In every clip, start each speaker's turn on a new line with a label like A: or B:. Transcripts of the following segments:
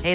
A: Hey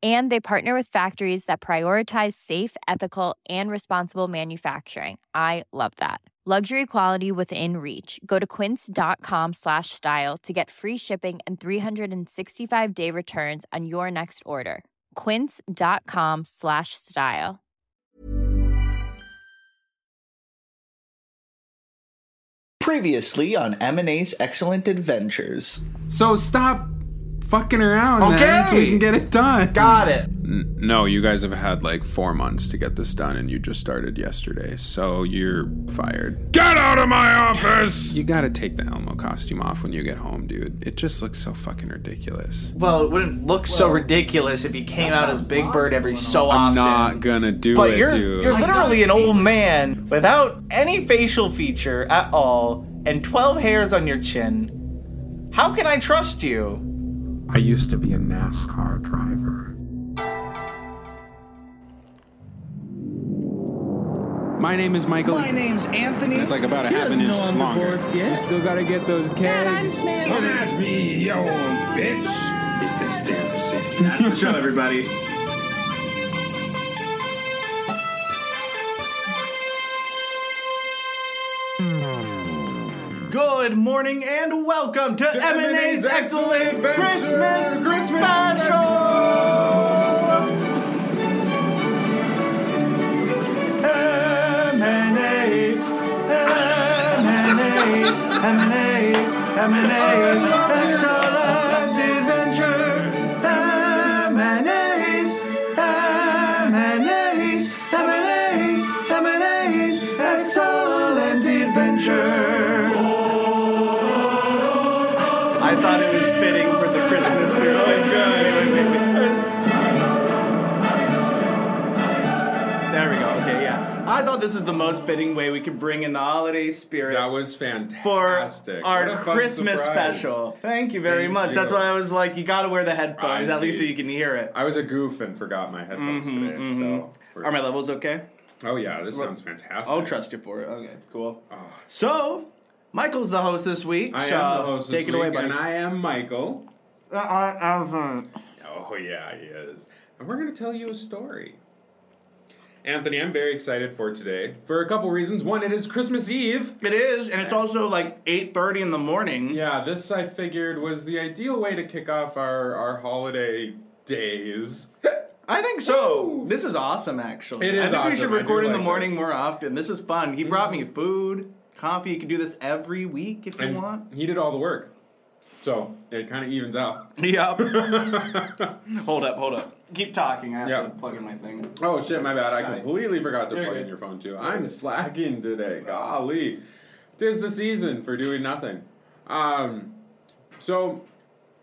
B: And they partner with factories that prioritize safe, ethical, and responsible manufacturing. I love that. Luxury quality within reach. Go to quince.com slash style to get free shipping and 365 day returns on your next order. Quince.com slash style.
C: Previously on M&A's Excellent Adventures.
D: So stop fucking around, okay.
E: Okay.
D: so we can get it done.
E: Got it.
D: N- no, you guys have had like four months to get this done, and you just started yesterday, so you're fired. Get out of my office! You gotta take the Elmo costume off when you get home, dude. It just looks so fucking ridiculous.
E: Well, it wouldn't look so ridiculous if you came out as Big Bird every so
D: I'm
E: often.
D: not gonna do
F: But
D: it,
F: you're
D: dude.
F: you're literally an old man without any facial feature at all and 12 hairs on your chin. How can I trust you?
G: I used to be a NASCAR driver.
D: My name is Michael.
H: My name's Anthony.
D: It's like about a
H: He
D: half an
H: doesn't
D: inch
H: know I'm
D: longer.
H: divorced yet.
D: still gotta get those kegs.
G: Come at me, you old bitch! Beat this dancing.
C: Shut everybody.
E: Good morning and welcome to, M&A's Excellent Christmas Special. M&A's, M&A's, M&A's, M&A's Excellent Adventure. M&A's, M&A's, M&A's, M&A's Excellent Adventure. I thought it was fitting for the Christmas Oh, period. There we go. Okay, yeah. I thought this was the most fitting way we could bring in the holiday spirit
D: That was
E: for
D: fantastic. What
E: our
D: a fun
E: Christmas
D: surprise.
E: special. Thank you very
D: Thank
E: much. That's
D: you.
E: why I was like, you gotta wear the headphones,
D: I
E: at least so
D: see.
E: you can hear it.
D: I was a goof and forgot my headphones today, so. we're-
E: Mm-hmm, Are my levels okay?
D: oh yeah, this sounds fantastic.
E: I'll trust you for it. Okay, cool. So, Michael's the host this week.
D: Oh. I
E: so
D: am the host
E: take
D: this
E: it away,
D: week,
E: buddy.
D: and I am Michael.
E: Uh, I- I'm-
D: Oh yeah, he is. And we're gonna tell you a story. Anthony, I'm very excited for today for a couple reasons. One, it is Christmas Eve.
E: It is, and it's also like 8.30 in the morning.
D: Yeah, this I figured was the ideal way to kick off our our holiday days.
E: I think so. This is awesome, actually.
D: It is
E: I think we should
D: awesome. I
E: record
D: do
E: in the
D: like
E: morning
D: it.
E: more often. This is fun. He brought me food, coffee. You can do this every week if you
D: And
E: want.
D: he did all the work, so it kind of evens out.
E: Yep. hold up, hold up. Keep talking. I have
D: Yeah.
E: to plug in my thing.
D: Oh shit, my bad. I completely forgot to
E: You're
D: plug
E: good.
D: in your phone too. I'm slacking today. Golly. Tis the season for doing nothing. Um so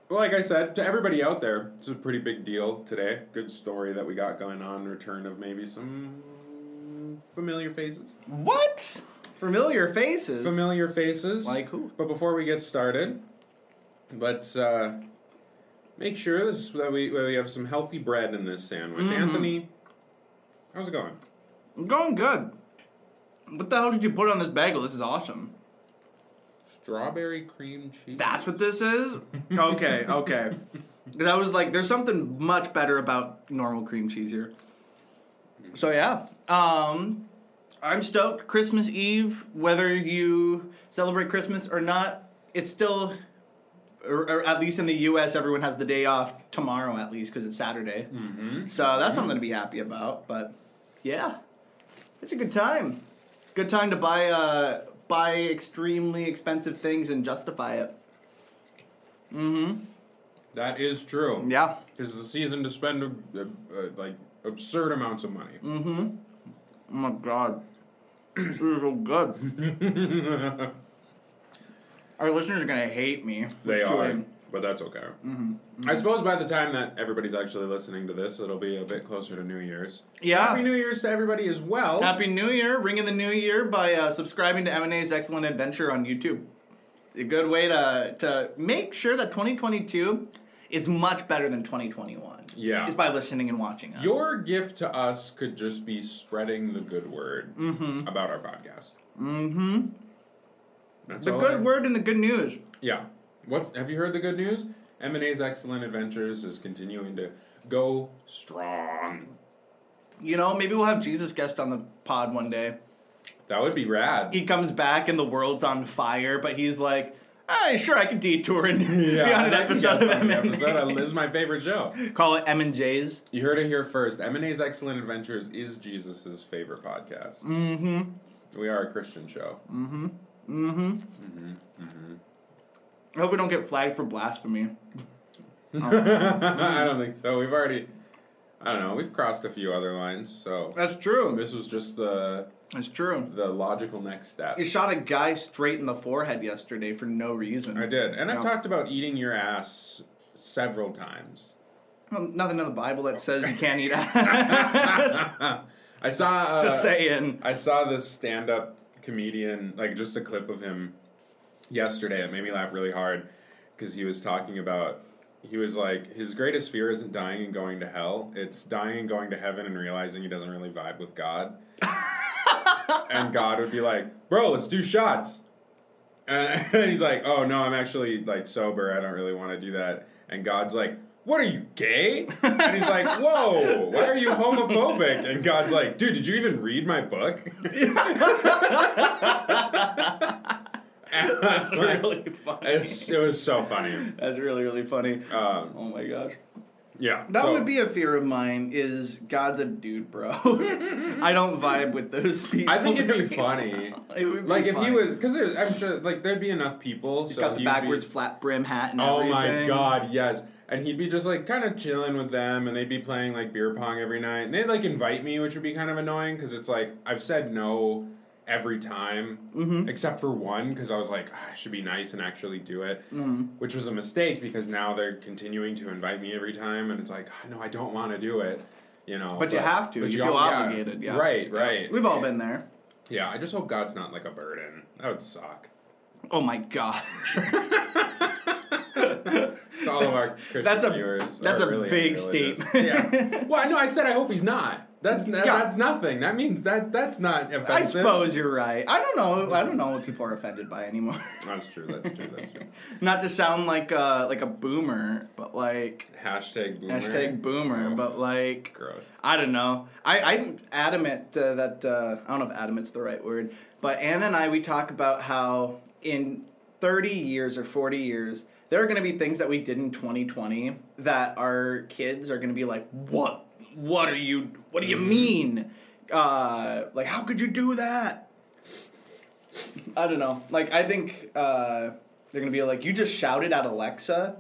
D: like I said, to everybody out there, it's a pretty big deal today. Good story that we got going on, return of maybe some familiar faces.
E: What? Familiar faces.
D: Familiar faces.
E: Like who?
D: But before we get started, let's uh make sure this that we that we have some healthy bread in this sandwich.
E: Mm-hmm.
D: Anthony, how's it going?
E: Going good. What the hell did you put on this bagel? This is awesome.
D: Strawberry cream cheese.
E: That's what this is? Okay, okay. 'Cause I was like, there's something much better about normal cream cheese here. So yeah, um, I'm stoked. Christmas Eve, whether you celebrate Christmas or not, it's still, or, or at least in the U.S., everyone has the day off tomorrow at least because it's Saturday. So that's something to be happy about. But Yeah, it's a good time. Good time to buy uh, buy extremely expensive things and justify it.
D: That is true.
E: Yeah.
D: Because it's a season to spend uh, uh, like absurd amounts of money.
E: Mm-hmm. Oh my god, this is so good. Our listeners are gonna hate me. for
D: They are,
E: chewing.
D: but that's okay.
E: Mm-hmm.
D: I suppose by the time that everybody's actually listening to this, it'll be a bit closer to New Year's.
E: Yeah.
D: Happy New Year's to everybody as well.
E: Happy New Year! Ring in the New Year by uh, subscribing to M&A's Excellent Adventure on YouTube. A good way to to make sure that 2022 is much better than 2021.
D: Yeah.
E: is by listening and watching us.
D: Your gift to us could just be spreading the good word about our podcast. Mm-hmm. That's
E: the
D: all I-
E: good word and the good news.
D: Yeah. What have you heard the good news? M and A's Excellent Adventures is continuing to go strong.
E: You know, maybe we'll have Jesus guest on the pod one day.
D: That would be rad.
E: He comes back and the world's on fire, but he's like, "Hey, sure, I could detour and be on an
D: I can
E: episode
D: guess
E: of
D: on
E: M&A.
D: the episode. This is my favorite show.
E: Call it M and J's."
D: You heard it here first. M and A's Excellent Adventures is Jesus's favorite podcast. Mm-hmm. We are a Christian show.
E: Mm-hmm. I hope we don't get flagged for blasphemy.
D: I don't think so. We've already, I don't know. We've crossed a few other lines, so
E: That's true.
D: this was just the
E: That's true.
D: the logical next step.
E: I shot a guy straight in the forehead yesterday for no reason.
D: I did, and I've
E: No.
D: talked about eating your ass several times.
E: Well, nothing in the Bible that says you can't eat ass.
D: I saw. Uh,
E: Just saying.
D: I saw this stand-up comedian, like just a clip of him yesterday. It made me laugh really hard because he was talking about he was like his greatest fear isn't dying and going to hell; it's dying and going to heaven and realizing he doesn't really vibe with God. and God would be like, "Bro, let's do shots." And he's like, "Oh no, I'm actually like sober. I don't really want to do that." And God's like, "What are you gay?" And he's like, "Whoa, why are you homophobic?" And God's like, "Dude, did you even read my book?" That's
E: really funny.
D: It's, it was so funny.
E: That's really really funny.
D: Um,
E: oh my gosh.
D: yeah,
E: That
D: so-
E: would be a fear of mine. Is God's a dude, bro? I don't vibe with those people.
D: I think it'd be
E: right
D: funny.
E: now. It would be
D: Like if he
E: funny.
D: was, because I'm sure like there'd be enough people.
E: He's
D: so
E: got the
D: he'd
E: backwards
D: be,
E: flat brim hat and
D: Oh
E: everything.
D: my god, yes. And he'd be just like kind of chilling with them, and they'd be playing like beer pong every night. And they'd like invite me, which would be kind of annoying because it's like I've said no every time
E: Mm-hmm.
D: except for one because I was like, "Ah, I should be nice and actually do it,
E: Mm-hmm.
D: which was a mistake because now they're continuing to invite me every time, and it's like, "Ah, no, I don't want to do it, you know.
E: But you have to. You
D: all-
E: feel
D: yeah.
E: obligated, yeah.
D: Right, right.
E: We've all been there.
D: Yeah, I just hope God's not like a burden. That would suck.
E: Oh my gosh.
D: To all of our Christian
E: That's a-
D: viewers.
E: that's
D: are
E: a
D: really
E: big
D: unreligious.
E: statement.
D: yeah. Well, I know I said I hope he's not. That's that,
E: Yeah.
D: that's nothing. That means that that's not offensive.
E: I suppose you're right. I don't know. I don't know what people are offended by anymore.
D: That's true. That's true. That's true.
E: Not to sound like a, like a boomer, but like
D: Hashtag boomer.
E: hashtag boomer,
D: Oh,
E: but like
D: gross.
E: I don't know. I, I'm adamant uh, that uh, I don't know if adamant's the right word, but Anna and I we talk about how in 30 years or 40 years there are going to be things that we did in 2020 that our kids are going to be like, "What? What are you? What do you mean? Uh, like, how could you do that?" I don't know. Like, I think uh, they're going to be like, "You just shouted at Alexa."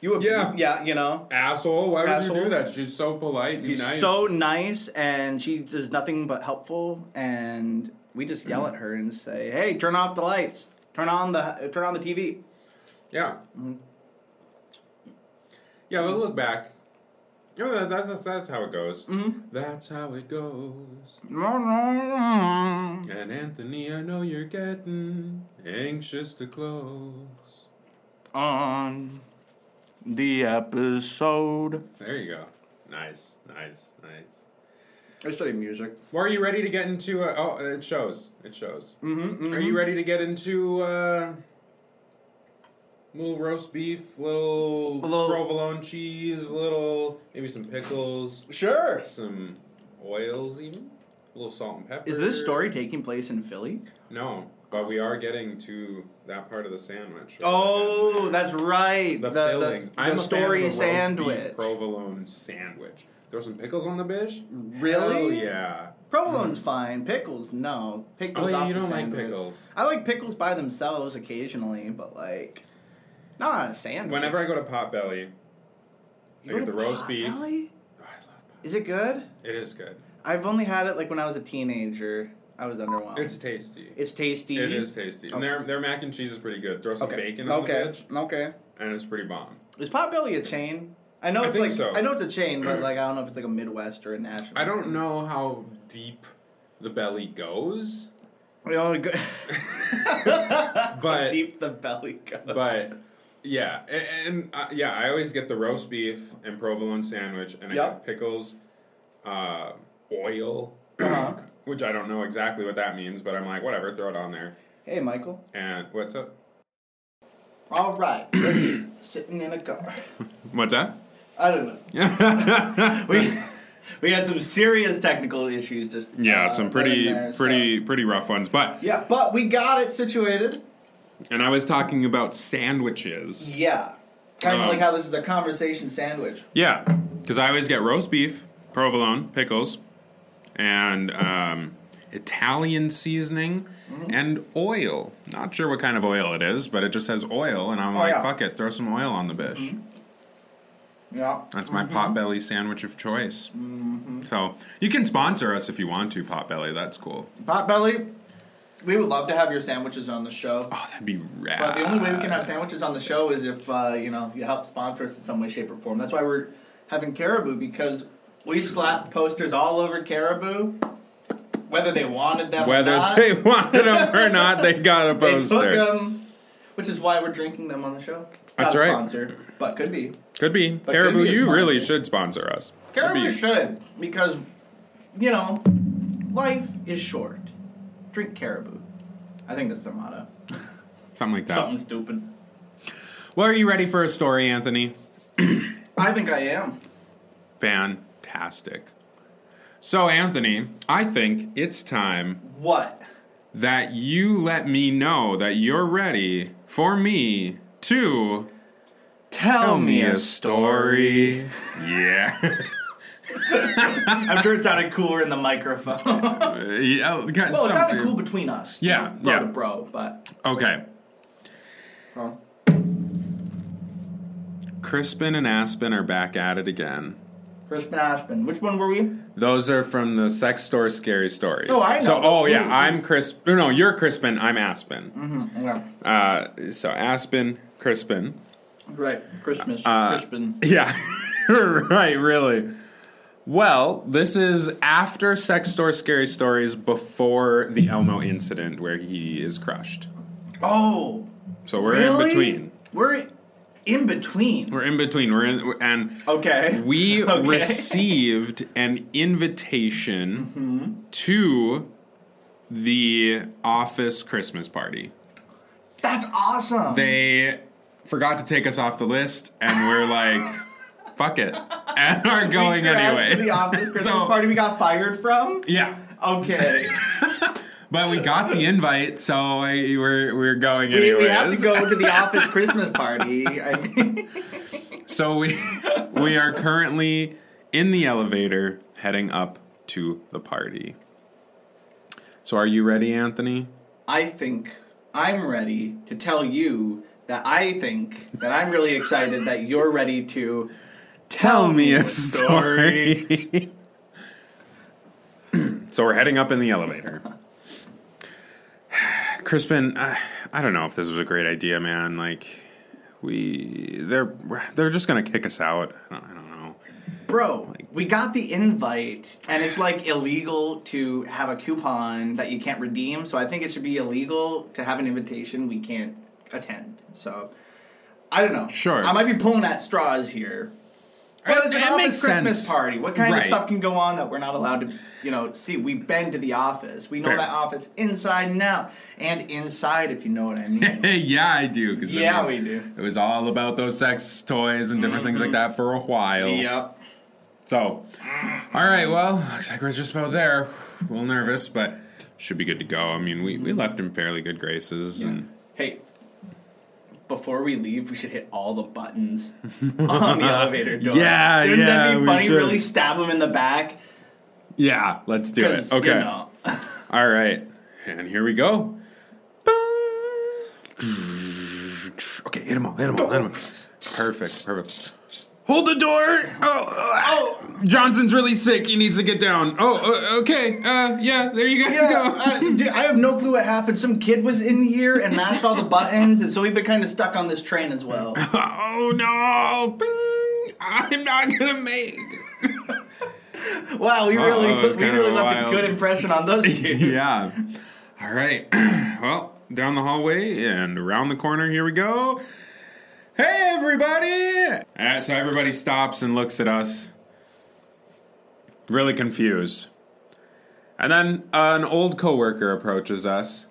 E: You
D: Yeah.
E: yeah, you know
D: Asshole! Why would you
E: Asshole.
D: do that? She's so polite. and
E: she's
D: nice.
E: so nice and she does nothing but helpful and we just
D: Mm.
E: yell at her and say hey turn off the lights turn on the uh, turn on the tv
D: Yeah.
E: Mm-hmm.
D: Yeah, but look back. You know, that, that's, that's, that's how it goes.
E: Mm-hmm.
D: That's how it goes. And Anthony, I know you're getting anxious to close.
E: on the episode
D: There you go. Nice, nice, nice.
E: i study music
D: Well, are you ready to get into? Uh, oh, it shows. It shows. Mm-hmm, Are you ready to get into uh, little roast beef, little,
E: little-
D: provolone cheese, little maybe some pickles,
E: sure
D: some oils, even a little salt and pepper.
E: is this story taking place in philly
D: No, but we are getting to that part of the sandwich.
E: oh that's right
D: the,
E: the,
D: filling.
E: the,
D: I'm a fan of
E: story
D: the roast beef
E: sandwich
D: provolone sandwich. Throw some pickles on the bitch? Hell
E: Really?
D: Oh, yeah.
E: Provolone's fine. Pickles, no. Take
D: Oh,
E: those
D: yeah,
E: off
D: you
E: the
D: don't like
E: sandwich.
D: pickles.
E: I like pickles by themselves occasionally, but like, not on a sandwich.
D: Whenever I go to Potbelly, I
E: You go
D: get
E: to
D: the roast beef.
E: Potbelly?
D: Oh, I love Pot-
E: Is it good?
D: It is good.
E: I've only had it like when I was a teenager. I was underwhelmed.
D: It's tasty.
E: Oh. It's tasty.
D: It is tasty. And their, their mac and cheese is pretty good. Throw some
E: Okay.
D: bacon on
E: okay.
D: the bitch,
E: Okay.
D: and it's pretty bomb.
E: Is Potbelly a chain? I know
D: I
E: it's
D: think
E: like
D: so.
E: I know it's a chain, but like I don't know if it's like a Midwest or a national.
D: I don't know how deep the belly goes,
E: We only go-
D: but
E: deep the belly goes.
D: but yeah, a- and, uh, yeah, I always get the roast beef and provolone sandwich, and I get
E: Yep.
D: pickles, uh, oil,
E: Uh-huh.
D: which I don't know exactly what that means, but I'm like, whatever, throw it on there.
E: hey, Michael.
D: And what's up?
E: All right, we're here, sitting in a car.
D: What's that?
E: I don't know. we we had some serious technical issues just
D: Yeah,
E: uh,
D: some
E: in
D: pretty,
E: there, so-
D: pretty, pretty rough ones. But
E: yeah but we got it situated
D: and I was talking about sandwiches.
E: yeah kind of
D: Um,
E: like how this is a conversation sandwich
D: Yeah, because I always get roast beef, provolone, pickles, and um, Italian seasoning
E: Mm-hmm.
D: and oil. Not sure what kind of oil it is, but it just says oil, and I'm like,
E: Oh, yeah. Mm-hmm.
D: fuck it, throw some oil on the bish.
E: yeah
D: That's my
E: Mm-hmm.
D: potbelly sandwich of choice. So you can sponsor us if you want to, potbelly. That's cool.
E: potbelly we would love to have your sandwiches on the show
D: Oh, that'd be rad.
E: but the only way we can have sandwiches on the show is if uh, you know you help sponsor us in some way shape or form that's why we're having caribou because we slapped posters all over caribou whether they wanted them or
D: Whether
E: not.
D: they wanted them or not, they got a
E: They
D: poster.
E: took 'em, which is why we're drinking them on the show.
D: That's
E: Not
D: right.
E: sponsored, but could be.
D: Could be.
E: But
D: Caribou,
E: could be a
D: you
E: sponsor.
D: really should sponsor us. Could
E: Caribou
D: be.
E: should because, you know, life is short. Drink Caribou. I think that's their motto.
D: Something like that.
E: Something stupid.
D: Well, are you ready for a story, Anthony?
E: I think I am.
D: Fantastic. So, Anthony, I think it's time
E: What?
D: that you let me know that you're ready for me to
E: Tell
D: story. yeah.
E: I'm sure it sounded cooler in the microphone. well,
D: yeah. Well,
E: it sounded cool between us. you
D: Yeah,
E: know, bro
D: yeah.
E: to bro, but.
D: Okay.
E: Well,
D: Crispin and Aspen are back at it again.
E: Crispin Ashman. Which one were we?
D: Those are from the sex store scary stories.
E: Oh, I know.
D: So, oh yeah,
E: Ooh. Mm-hmm.
D: I'm Crisp. No, you're Crispin. I'm Aspen.
E: Yeah.
D: Uh, so Aspen, Crispin.
E: Right. Christmas.
D: Uh,
E: Crispin.
D: Yeah, right, really. Well, this is after Sex Store Scary Stories, before the Elmo incident where he is crushed.
E: Oh.
D: So we're
E: really?
D: in between.
E: We're in between.
D: We're in between. We're in, and
E: Okay.
D: we
E: Okay.
D: received an invitation
E: Mm-hmm.
D: to the office Christmas party.
E: That's awesome.
D: They forgot to take us off the list, and we're like, "Fuck it," and are
E: We
D: going
E: crashed
D: anyway.
E: The office Christmas
D: So-
E: party we got fired from.
D: Yeah.
E: Okay.
D: But we got the invite, so I, we're we're going
E: we,
D: anyways.
E: we have to go to the office Christmas party. I mean,
D: So we we are currently in the elevator heading up to the party. So are you ready, Anthony?
E: I think I'm ready to tell you that I think that I'm really excited that you're ready to
D: Tell me a story. so we're heading up in the elevator. Crispin, I, I don't know if this was a great idea, man. Like we they're they're just going to kick us out. I don't, I don't know. Oh
E: Bro, we got the invite, and it's like illegal to have a coupon that you can't redeem. So I think it should be illegal to have an invitation we can't attend. So I don't know.
D: Sure.
E: I might be pulling at straws here. But it's an
D: it
E: office
D: makes
E: Christmas
D: sense.
E: party. What kind
D: Right.
E: of stuff can go on that we're not allowed to, you know, see? We've been to the office. We know
D: Fair.
E: that office inside and out, and inside, if you know what I mean.
D: Hey, yeah, I do. Cause it
E: Yeah,
D: was-
E: we do.
D: It was all about those sex toys and different things like that for a while.
E: yep.
D: So, all right, well, looks like we're just about there. A little nervous, but should be good to go. I mean, we, we left in fairly good graces. And
E: Hey, before we leave, we should hit all the buttons on the elevator door.
D: Yeah,
E: Wouldn't that
D: yeah,
E: be
D: we
E: funny?
D: should.
E: Really stab him in the back.
D: Yeah, let's do it.
E: 'Cause, you
D: Okay.
E: know.
I: All right, and here we go.
D: Okay, hit him all, hit him all, hit him all.
I: Perfect, perfect.
D: Hold the door. Oh, oh, Johnson's really sick. He needs to get down. Oh, uh, okay. Uh, yeah, there you guys go.
E: uh, dude, I have no clue what happened. Some kid was in here and mashed all the buttons, and so we've been kind of stuck on this train as well.
D: Oh no! Bing. I'm not gonna make.
E: Wow, we really,
I: that was
E: we
I: kind of
E: really left
I: wild.
E: a good impression on those two.
D: Yeah. All right. well, down the hallway and around the corner. Here we go. Hey, everybody! Uh, so everybody stops and looks at us, really confused. And then uh, an old coworker approaches us.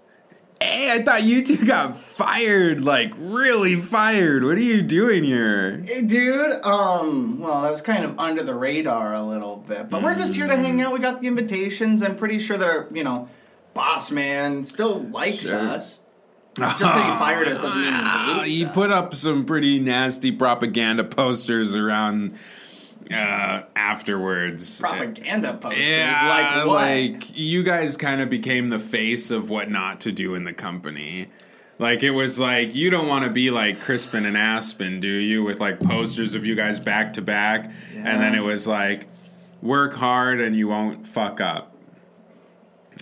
D: Hey, I thought you two got fired, like really fired. What are you doing here?
E: Hey, dude, um, well, that was kind of under the radar a little bit, but we're just here to
D: Mm.
E: hang out. We got the invitations. I'm pretty sure that our, you know, boss man still likes us. Just that he fired us doesn't mean he
D: Uh,
E: hates
D: he
E: us.
D: put up some pretty nasty propaganda posters around uh, afterwards.
E: propaganda posters.
D: Yeah,
E: like what?
D: like, you guys kind of became the face of what not to do in the company. Like it was like you don't want to be like Crispin and Aspen, do you? With like posters of you guys back to back, and then it was like work hard and you won't fuck up,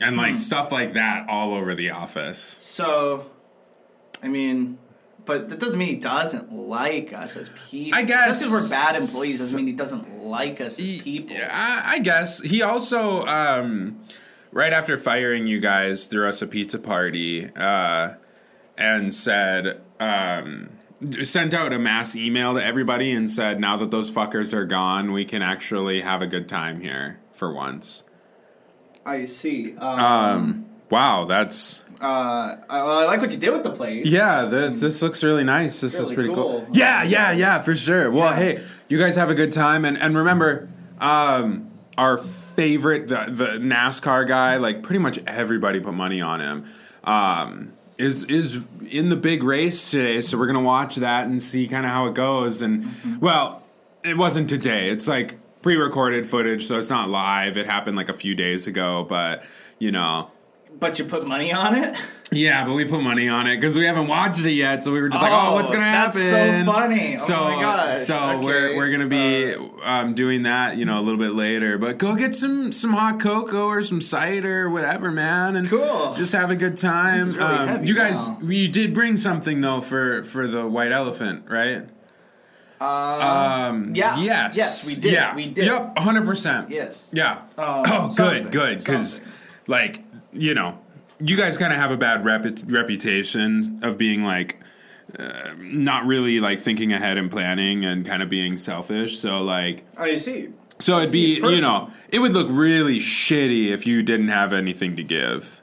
D: and like stuff like that all over the office.
E: so, I mean, but that doesn't mean he doesn't like us as people.
D: I guess-
E: just because we're bad employees doesn't mean he doesn't like us as people.
D: Yeah, I, I guess he also um, right after firing you guys threw us a pizza party uh, and said um, sent out a mass email to everybody and said now that those fuckers are gone we can actually have a good time here for once.
E: I see. Um,
D: Wow, that's
E: uh, I, I like what you did with the place.
D: yeah. This, this looks really nice. This
E: Really
D: is pretty cool.
E: cool.
D: Yeah, yeah, yeah, for sure. Well, hey, you guys have a good time, and and remember, um, our favorite the the NASCAR guy, like pretty much everybody put money on him. Um, is is in the big race today, so we're gonna watch that and see kind of how it goes. And
E: Mm-hmm.
D: well, it wasn't today. It's like pre-recorded footage, so it's not live. It happened like a few days ago, but you know.
E: But you put money on it?
D: Yeah, but we put money on it because we haven't watched it yet, so we were just like, "Oh,
E: Oh,
D: what's gonna
E: that's so
D: happen?"
E: funny. Oh
D: So,
E: my gosh.
D: so
E: Okay. uh,
D: we're we're gonna be um, doing that, you know, a little bit later. But go get some some hot cocoa or some cider, whatever, man, and
E: Cool.
D: Just have a good time. Um,
E: This is really heavy
D: you guys,
E: now.
D: you did bring something though for for the white elephant, right? Um.
E: yeah.
D: Yes.
E: Yes, we did.
D: Yeah.
E: We did.
D: Yep. Hundred percent.
E: Yes.
D: Yeah.
E: Um,
D: oh,
E: something,
D: good, good. Because,
E: something.
D: like, you know, you guys kind of have a bad repu- reputation of being like uh, not really like thinking ahead and planning and kind of being selfish. So like,
E: I see.
D: so it'd be
E: it's personal.
D: you know, it would look really shitty if you didn't have anything to give.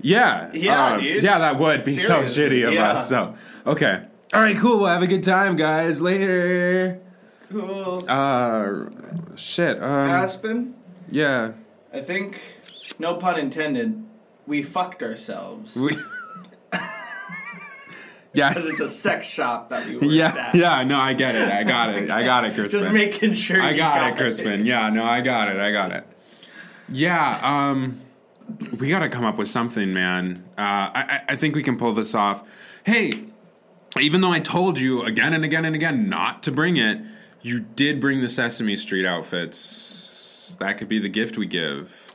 D: Yeah.
E: Yeah,
D: um,
E: dude.
D: Yeah, that would be so
E: Seriously,
D: shitty of
E: yeah.
D: us. So okay. All right, cool. Well, have a good time, guys. Later.
E: Cool.
D: Uh, shit. Um,
E: Aspen,
D: yeah.
E: I think, no pun intended, we fucked ourselves.
D: We- yeah.
E: 'Cause it's a sex shop that we were
D: Yeah.
E: at.
D: Yeah. No, I get it. I got it. I got it, Crispin.
E: Just making sure
D: I
E: you
D: got, it, Crispin. Yeah. No, I got it. I got it. Yeah. Um, we got to come up with something, man. Uh, I, I I think we can pull this off. Hey, even though I told you again and again and again not to bring it, you did bring the Sesame Street outfits. That could be the gift we give.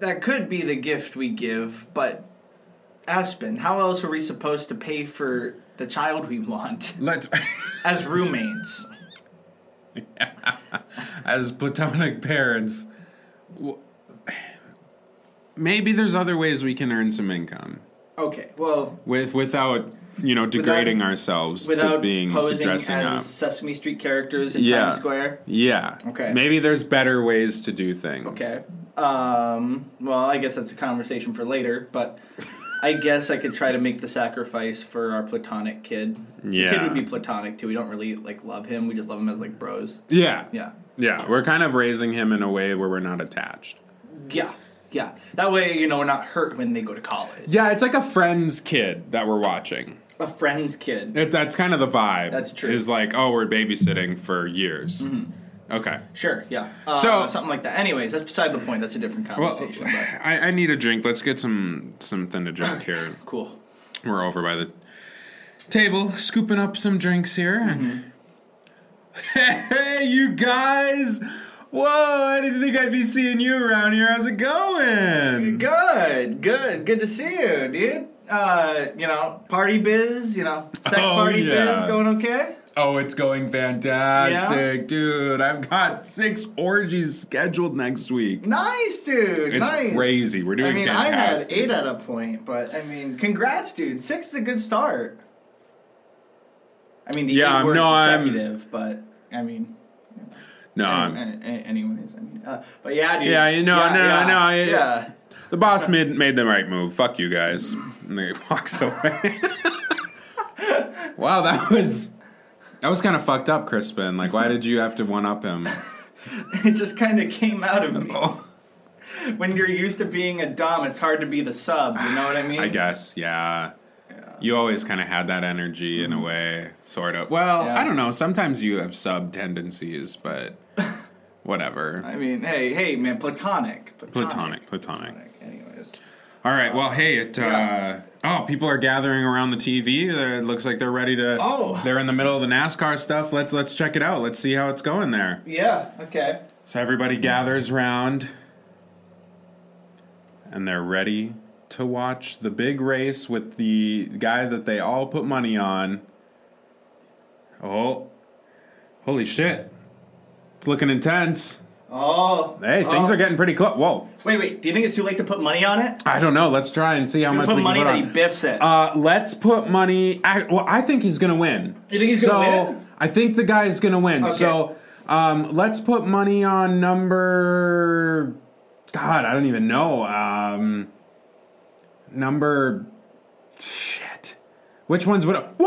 E: That could be the gift we give, but Aspen, how else are we supposed to pay for the child we want
D: Let's.
E: as roommates?
D: as platonic parents, w- maybe there's other ways we can earn some income
E: Okay, well,
D: with without you know degrading ourselves to
E: without
D: being to
E: posing as
D: dressing up.
E: Sesame Street characters in
D: Yeah.
E: Times Square.
D: Yeah.
E: Okay.
D: Maybe there's better ways to do things.
E: Okay. Um, well, I guess that's a conversation for later, but I guess I could try to make the sacrifice for our platonic kid. The kid
D: Yeah.
E: would be platonic too. We don't really like love him. We just love him as like bros.
D: Yeah.
E: Yeah.
D: Yeah. We're kind of raising him in a way where we're not attached.
E: Yeah. Yeah. That way, you know, we're not hurt when they go to college.
D: Yeah, it's like a friend's kid that we're watching.
E: a friend's kid.
D: It, that's kind of the vibe.
E: That's true. Mm-hmm.
D: Is like, oh, we're babysitting for years. Okay.
E: Sure, yeah. Uh,
D: So-
E: something like that. Anyways, that's beside the point. That's a different
D: Well,
E: conversation. but
D: I, I need a drink. Let's get some something to drink here.
E: cool.
D: We're over by the table, scooping up some drinks here. and- Hey, you guys! Whoa, I didn't think I'd be seeing you around here. How's it going?
E: Good, good, good to see you, dude. Uh, you know, party biz. You know, sex
D: Oh,
E: party
D: yeah.
E: biz going okay?
D: Oh, it's going fantastic, dude. I've got six orgies scheduled next week.
E: Nice, dude.
D: It's
E: nice.
D: crazy. We're doing
E: I mean,
D: fantastic.
E: I had eight at a point, but I mean, congrats, dude. Six is a good start. I mean, the
D: Yeah,
E: eight
D: I'm-
E: were
D: no, I'm-
E: consecutive, but I mean,
D: No,
E: a-
D: I'm-
E: a- anyways, I mean, uh, but yeah, dude.
D: Yeah, you know,
E: yeah,
D: no,
E: yeah,
D: no, I-
E: yeah.
D: the boss made made the right move. Fuck you guys, and they walks away. wow, that was that was kind of fucked up, Crispin. Like, why did you have to one up him?
E: it just kind of came out of me.
D: Oh.
E: When you're used to being a dom, it's hard to be the sub. You know what I mean?
D: I guess, yeah. You always kind of had that energy in a way, sort of. Well,
E: Mm-hmm. Yeah.
D: I don't know. Sometimes you have sub tendencies, but whatever.
E: I mean, hey, hey, man, platonic,
D: platonic, platonic.
E: Anyways,
D: All right. Well, hey, it. Uh, oh, people are gathering around the TV. They're- It looks like they're ready to.
E: Oh.
D: They're in the middle of the NASCAR stuff. Let's let's check it out. Let's see how it's going there.
E: yeah, okay.
D: So everybody gathers round, and they're ready to watch the big race with the guy that they all put money on. Oh, holy shit! It's looking intense.
E: Oh,
D: Hey, things
E: Oh.
D: are getting pretty close. Whoa,
E: Wait, wait. Do you think it's too late to put money on it?
D: I don't know. Let's try and see how much
E: put
D: we
E: money
D: can put
E: that he
D: on.
E: biffs it.
D: Uh, let's put money. I, well, I think he's gonna win.
E: You think he's
D: so,
E: gonna win?
D: I think the guy is gonna win.
E: Okay.
D: So, um, let's put money on number. God, I don't even know. Um, number. Shit. Which one's what? Whoa!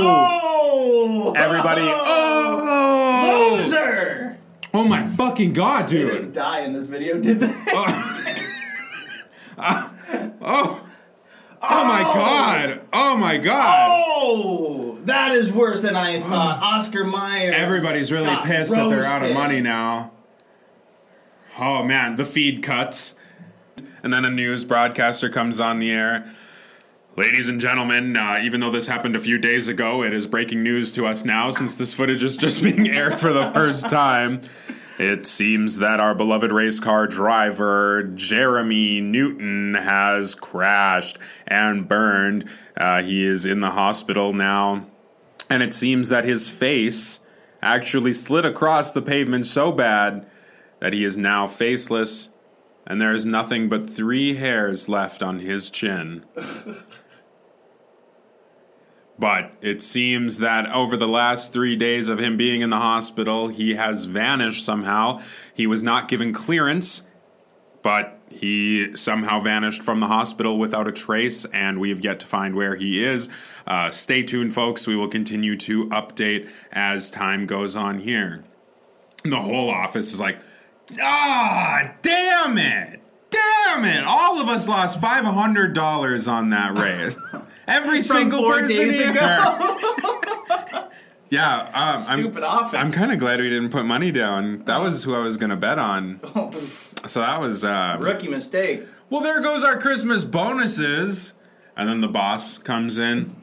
E: oh,
D: Everybody. Oh!
E: loser!
D: Oh my fucking god,
E: They didn't
D: dude.
E: die in this video, did they?
D: Oh. Oh my god. Oh my god.
E: Oh, that is worse than I thought. Oscar Mayer.
D: Everybody's really pissed that they're out of money now. Oh man, the feed cuts. And then a news broadcaster comes on the air. Ladies and gentlemen, uh, even though this happened a few days ago, it is breaking news to us now since this footage is just being aired for the first time. It seems that our beloved race car driver, Jeremy Newton, has crashed and burned. Uh, he is in the hospital now and it seems that his face actually slid across the pavement so bad that he is now faceless, and there is nothing but three hairs left on his chin. but it seems that over the last three days of him being in the hospital, he has vanished somehow. He was not given clearance, but. He somehow vanished from the hospital without a trace, and we have yet to find where he is. Uh, stay tuned, folks. We will continue to update as time goes on here. And the whole office is like, ah, damn it. Damn it. All of us lost $500 on that race. Every single
E: four
D: person
E: days
D: here.
E: ago.
D: yeah. Um,
E: Stupid
D: I'm,
E: office.
D: I'm kind of glad we didn't put money down. That was who I was going to bet on. So that was. Um,
E: Rookie mistake.
D: well, there goes our Christmas bonuses. And then the boss comes in.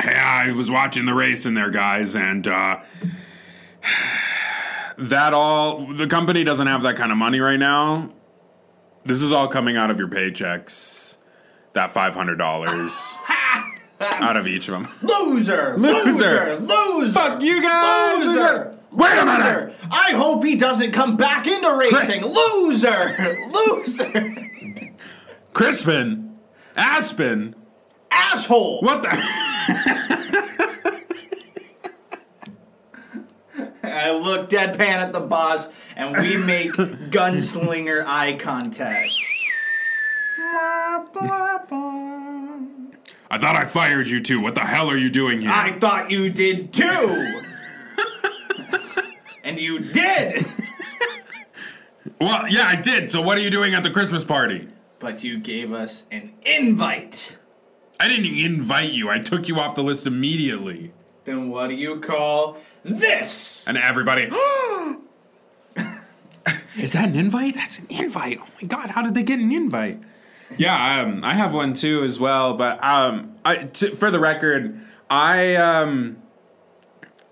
D: Hey, I was watching the race in there, guys, and uh, that all the company doesn't have that kind of money right now. This is all coming out of your paychecks. That five hundred dollars out of each of them.
E: Loser!
D: Loser.
E: Loser! Loser!
D: Fuck you guys!
E: Loser!
D: Wait a minute!
E: Loser. I hope he doesn't come back into racing! Loser! Loser!
D: Crispin, Aspen,
E: Asshole!
D: what the?
E: I look deadpan at the boss and we make gunslinger eye contact.
D: I thought I fired you too. What the hell are you doing here?
E: I thought you did too! and you did!
D: Well, yeah, I did. So what are you doing at the Christmas party?
E: But you gave us an invite!
D: I didn't invite you. I took you off the list immediately.
E: Then what do you call this?
D: And everybody. Is that an invite? That's an invite. Oh my god, how did they get an invite? Yeah, um, I have one too as well. But um, I, t- for the record, I, um,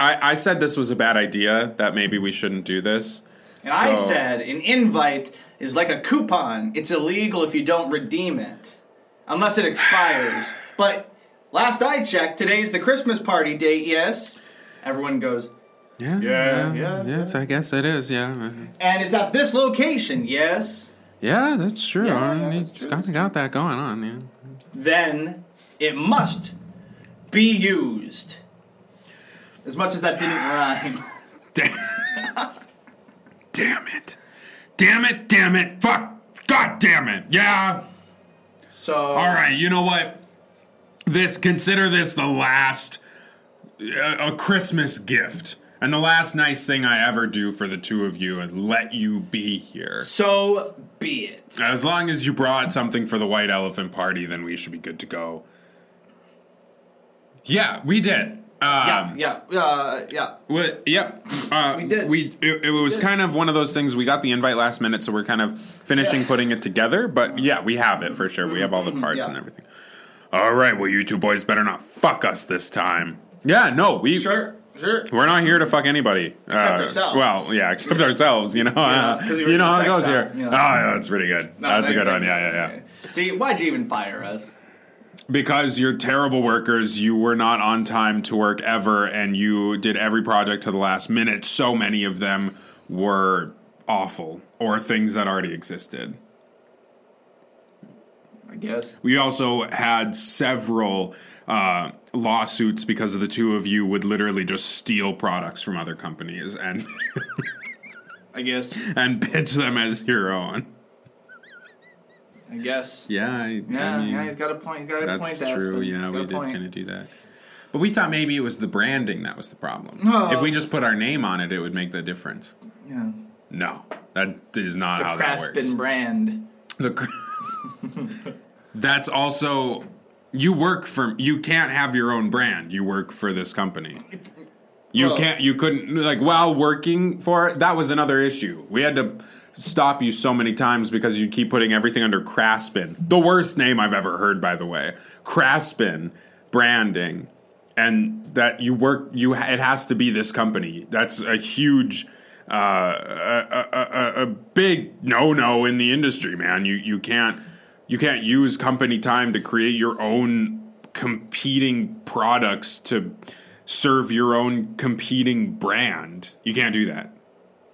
D: I I said this was a bad idea. That maybe we shouldn't do this.
E: And I
D: So-
E: said an invite is like a coupon. It's illegal if you don't redeem it, unless it expires. but last I checked, today's the Christmas party date. Yes, everyone goes,
D: Yeah,
E: Yeah, yeah,
D: Yes, I guess it is. Yeah,
E: and it's at this location. Yes.
D: yeah, that's true.
E: Yeah,
D: I
E: yeah,
D: mean,
E: that's
D: it's
E: true,
D: got,
E: that's
D: got that going on. Yeah.
E: Then it must be used. As much as that didn't rhyme.
D: Damn it! Damn it! Damn it! Fuck! God damn it! Yeah.
E: So
D: All right, you know what? This consider this the last uh, a Christmas gift and the last nice thing I ever do for the two of you and let you be here.
E: so be it.
D: As long as you brought something for the white elephant party, then we should be good to go. Yeah, we did. Um,
E: yeah, yeah, uh, yeah.
D: we, yep. Uh, we
E: did.
D: We it, it was kind of one of those things. We got the invite last minute, so we're kind of finishing putting it together. But yeah, we have it for sure. We have all the parts
E: Mm-hmm. yeah.
D: and everything. All right. Well, you two boys better not fuck us this time. Yeah. No. We
E: Sure, sure.
D: We're not here to fuck anybody. Uh,
E: Except ourselves.
D: Well, yeah, except ourselves. You know. uh,
E: 'cause we were
D: you know how it
E: sex
D: goes here.
E: shop, you know.
D: Oh, yeah, that's pretty good.
E: No,
D: that's a
E: thank-
D: good one.
E: thank-
D: Yeah, yeah, yeah.
E: See, why'd you even fire us?
D: Because you're terrible workers, you were not on time to work ever, and you did every project to the last minute. So many of them were awful or things that already existed.
E: I guess.
D: We also had several uh, lawsuits because of the two of you would literally just steal products from other companies and
E: I guess.
D: and pitch them as your own.
E: I guess.
D: Yeah, I,
E: Yeah,
D: I mean,
E: yeah, he's got a point. He's got a point.
D: that's
E: to
D: true.
E: Aspen.
D: Yeah,
E: He's got
D: we
E: a
D: did
E: point.
D: kind of do that. But we thought maybe it was the branding that was the problem.
E: Oh.
D: If we just put our name on it, it would make the difference.
E: Yeah.
D: No, that is not how that works.
E: Craftsman brand.
D: The cr- that's also you work for you can't have your own brand. You work for this company. You
E: Well-
D: can't. You couldn't like while working for it. That was another issue. We had to stop you so many times because you keep putting everything under Craspin. The worst name I've ever heard, by the way. Craspin branding, and that you work. You ha- it has to be this company. That's a huge. Uh, a, a, a, a big no-no in the industry, man. You you can't you can't use company time to create your own competing products to serve your own competing brand. You can't do that.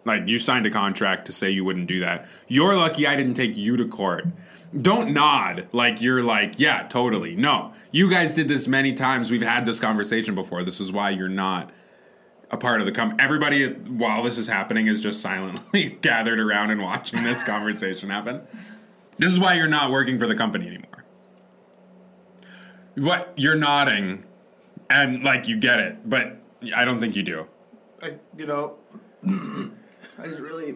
D: Like you signed a contract to say you wouldn't do that. You're lucky I didn't take you to court. Don't nod like you're like, yeah, totally. No. You guys did this many times. We've had this conversation before. This is why you're not a part of the com everybody while this is happening is just silently gathered around and watching this conversation happen. This is why you're not working for the company anymore. What you're nodding and like you get it, but I don't think you do.
E: I, you know, I just really,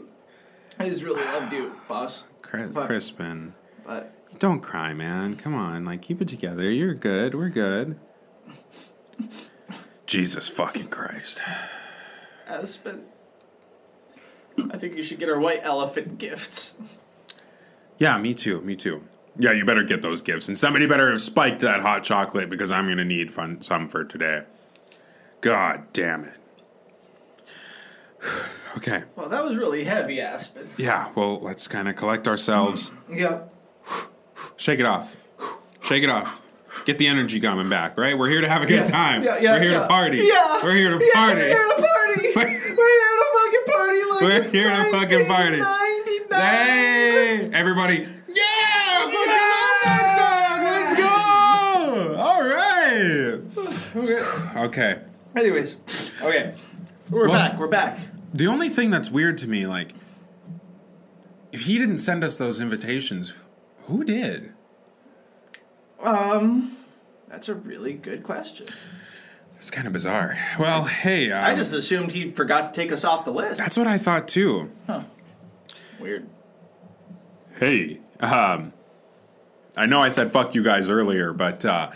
E: I just really loved you, boss.
D: Cri-
E: But-
D: Crispin,
E: But
D: don't cry, man. Come on, like keep it together. You're good. We're good. Jesus fucking Christ.
E: Aspen, I think you should get her white elephant gifts.
D: Yeah, me too. Me too. Yeah, you better get those gifts, and somebody better have spiked that hot chocolate because I'm gonna need fun- some for today. God damn it. okay.
E: Well, that was really heavy, Aspen.
D: Yeah. Well, let's kind of collect ourselves.
E: Yep.
D: Shake it off. Shake it off. Get the energy coming back, right? We're here to have a good time.
E: Yeah, yeah,
D: We're here
E: yeah.
D: to party.
E: Yeah.
D: We're here to
E: yeah,
D: party.
E: We're here to party. we're here to fucking party. Like
D: We're
E: it's
D: here to fucking party.
E: 1999.
D: Hey! Everybody. Yeah! Fucking love that song! Let's go! All right. Okay.
E: Anyways, okay, we're
D: Well-
E: back. We're back.
D: The only thing that's weird to me, like, if he didn't send us those invitations, who did?
E: Um, that's a really good question.
D: It's kind of bizarre. Well, hey, um,
E: I just assumed he forgot to take us off the list.
D: that's what I thought too.
E: Weird.
D: Hey, um, I know I said fuck you guys earlier, but uh,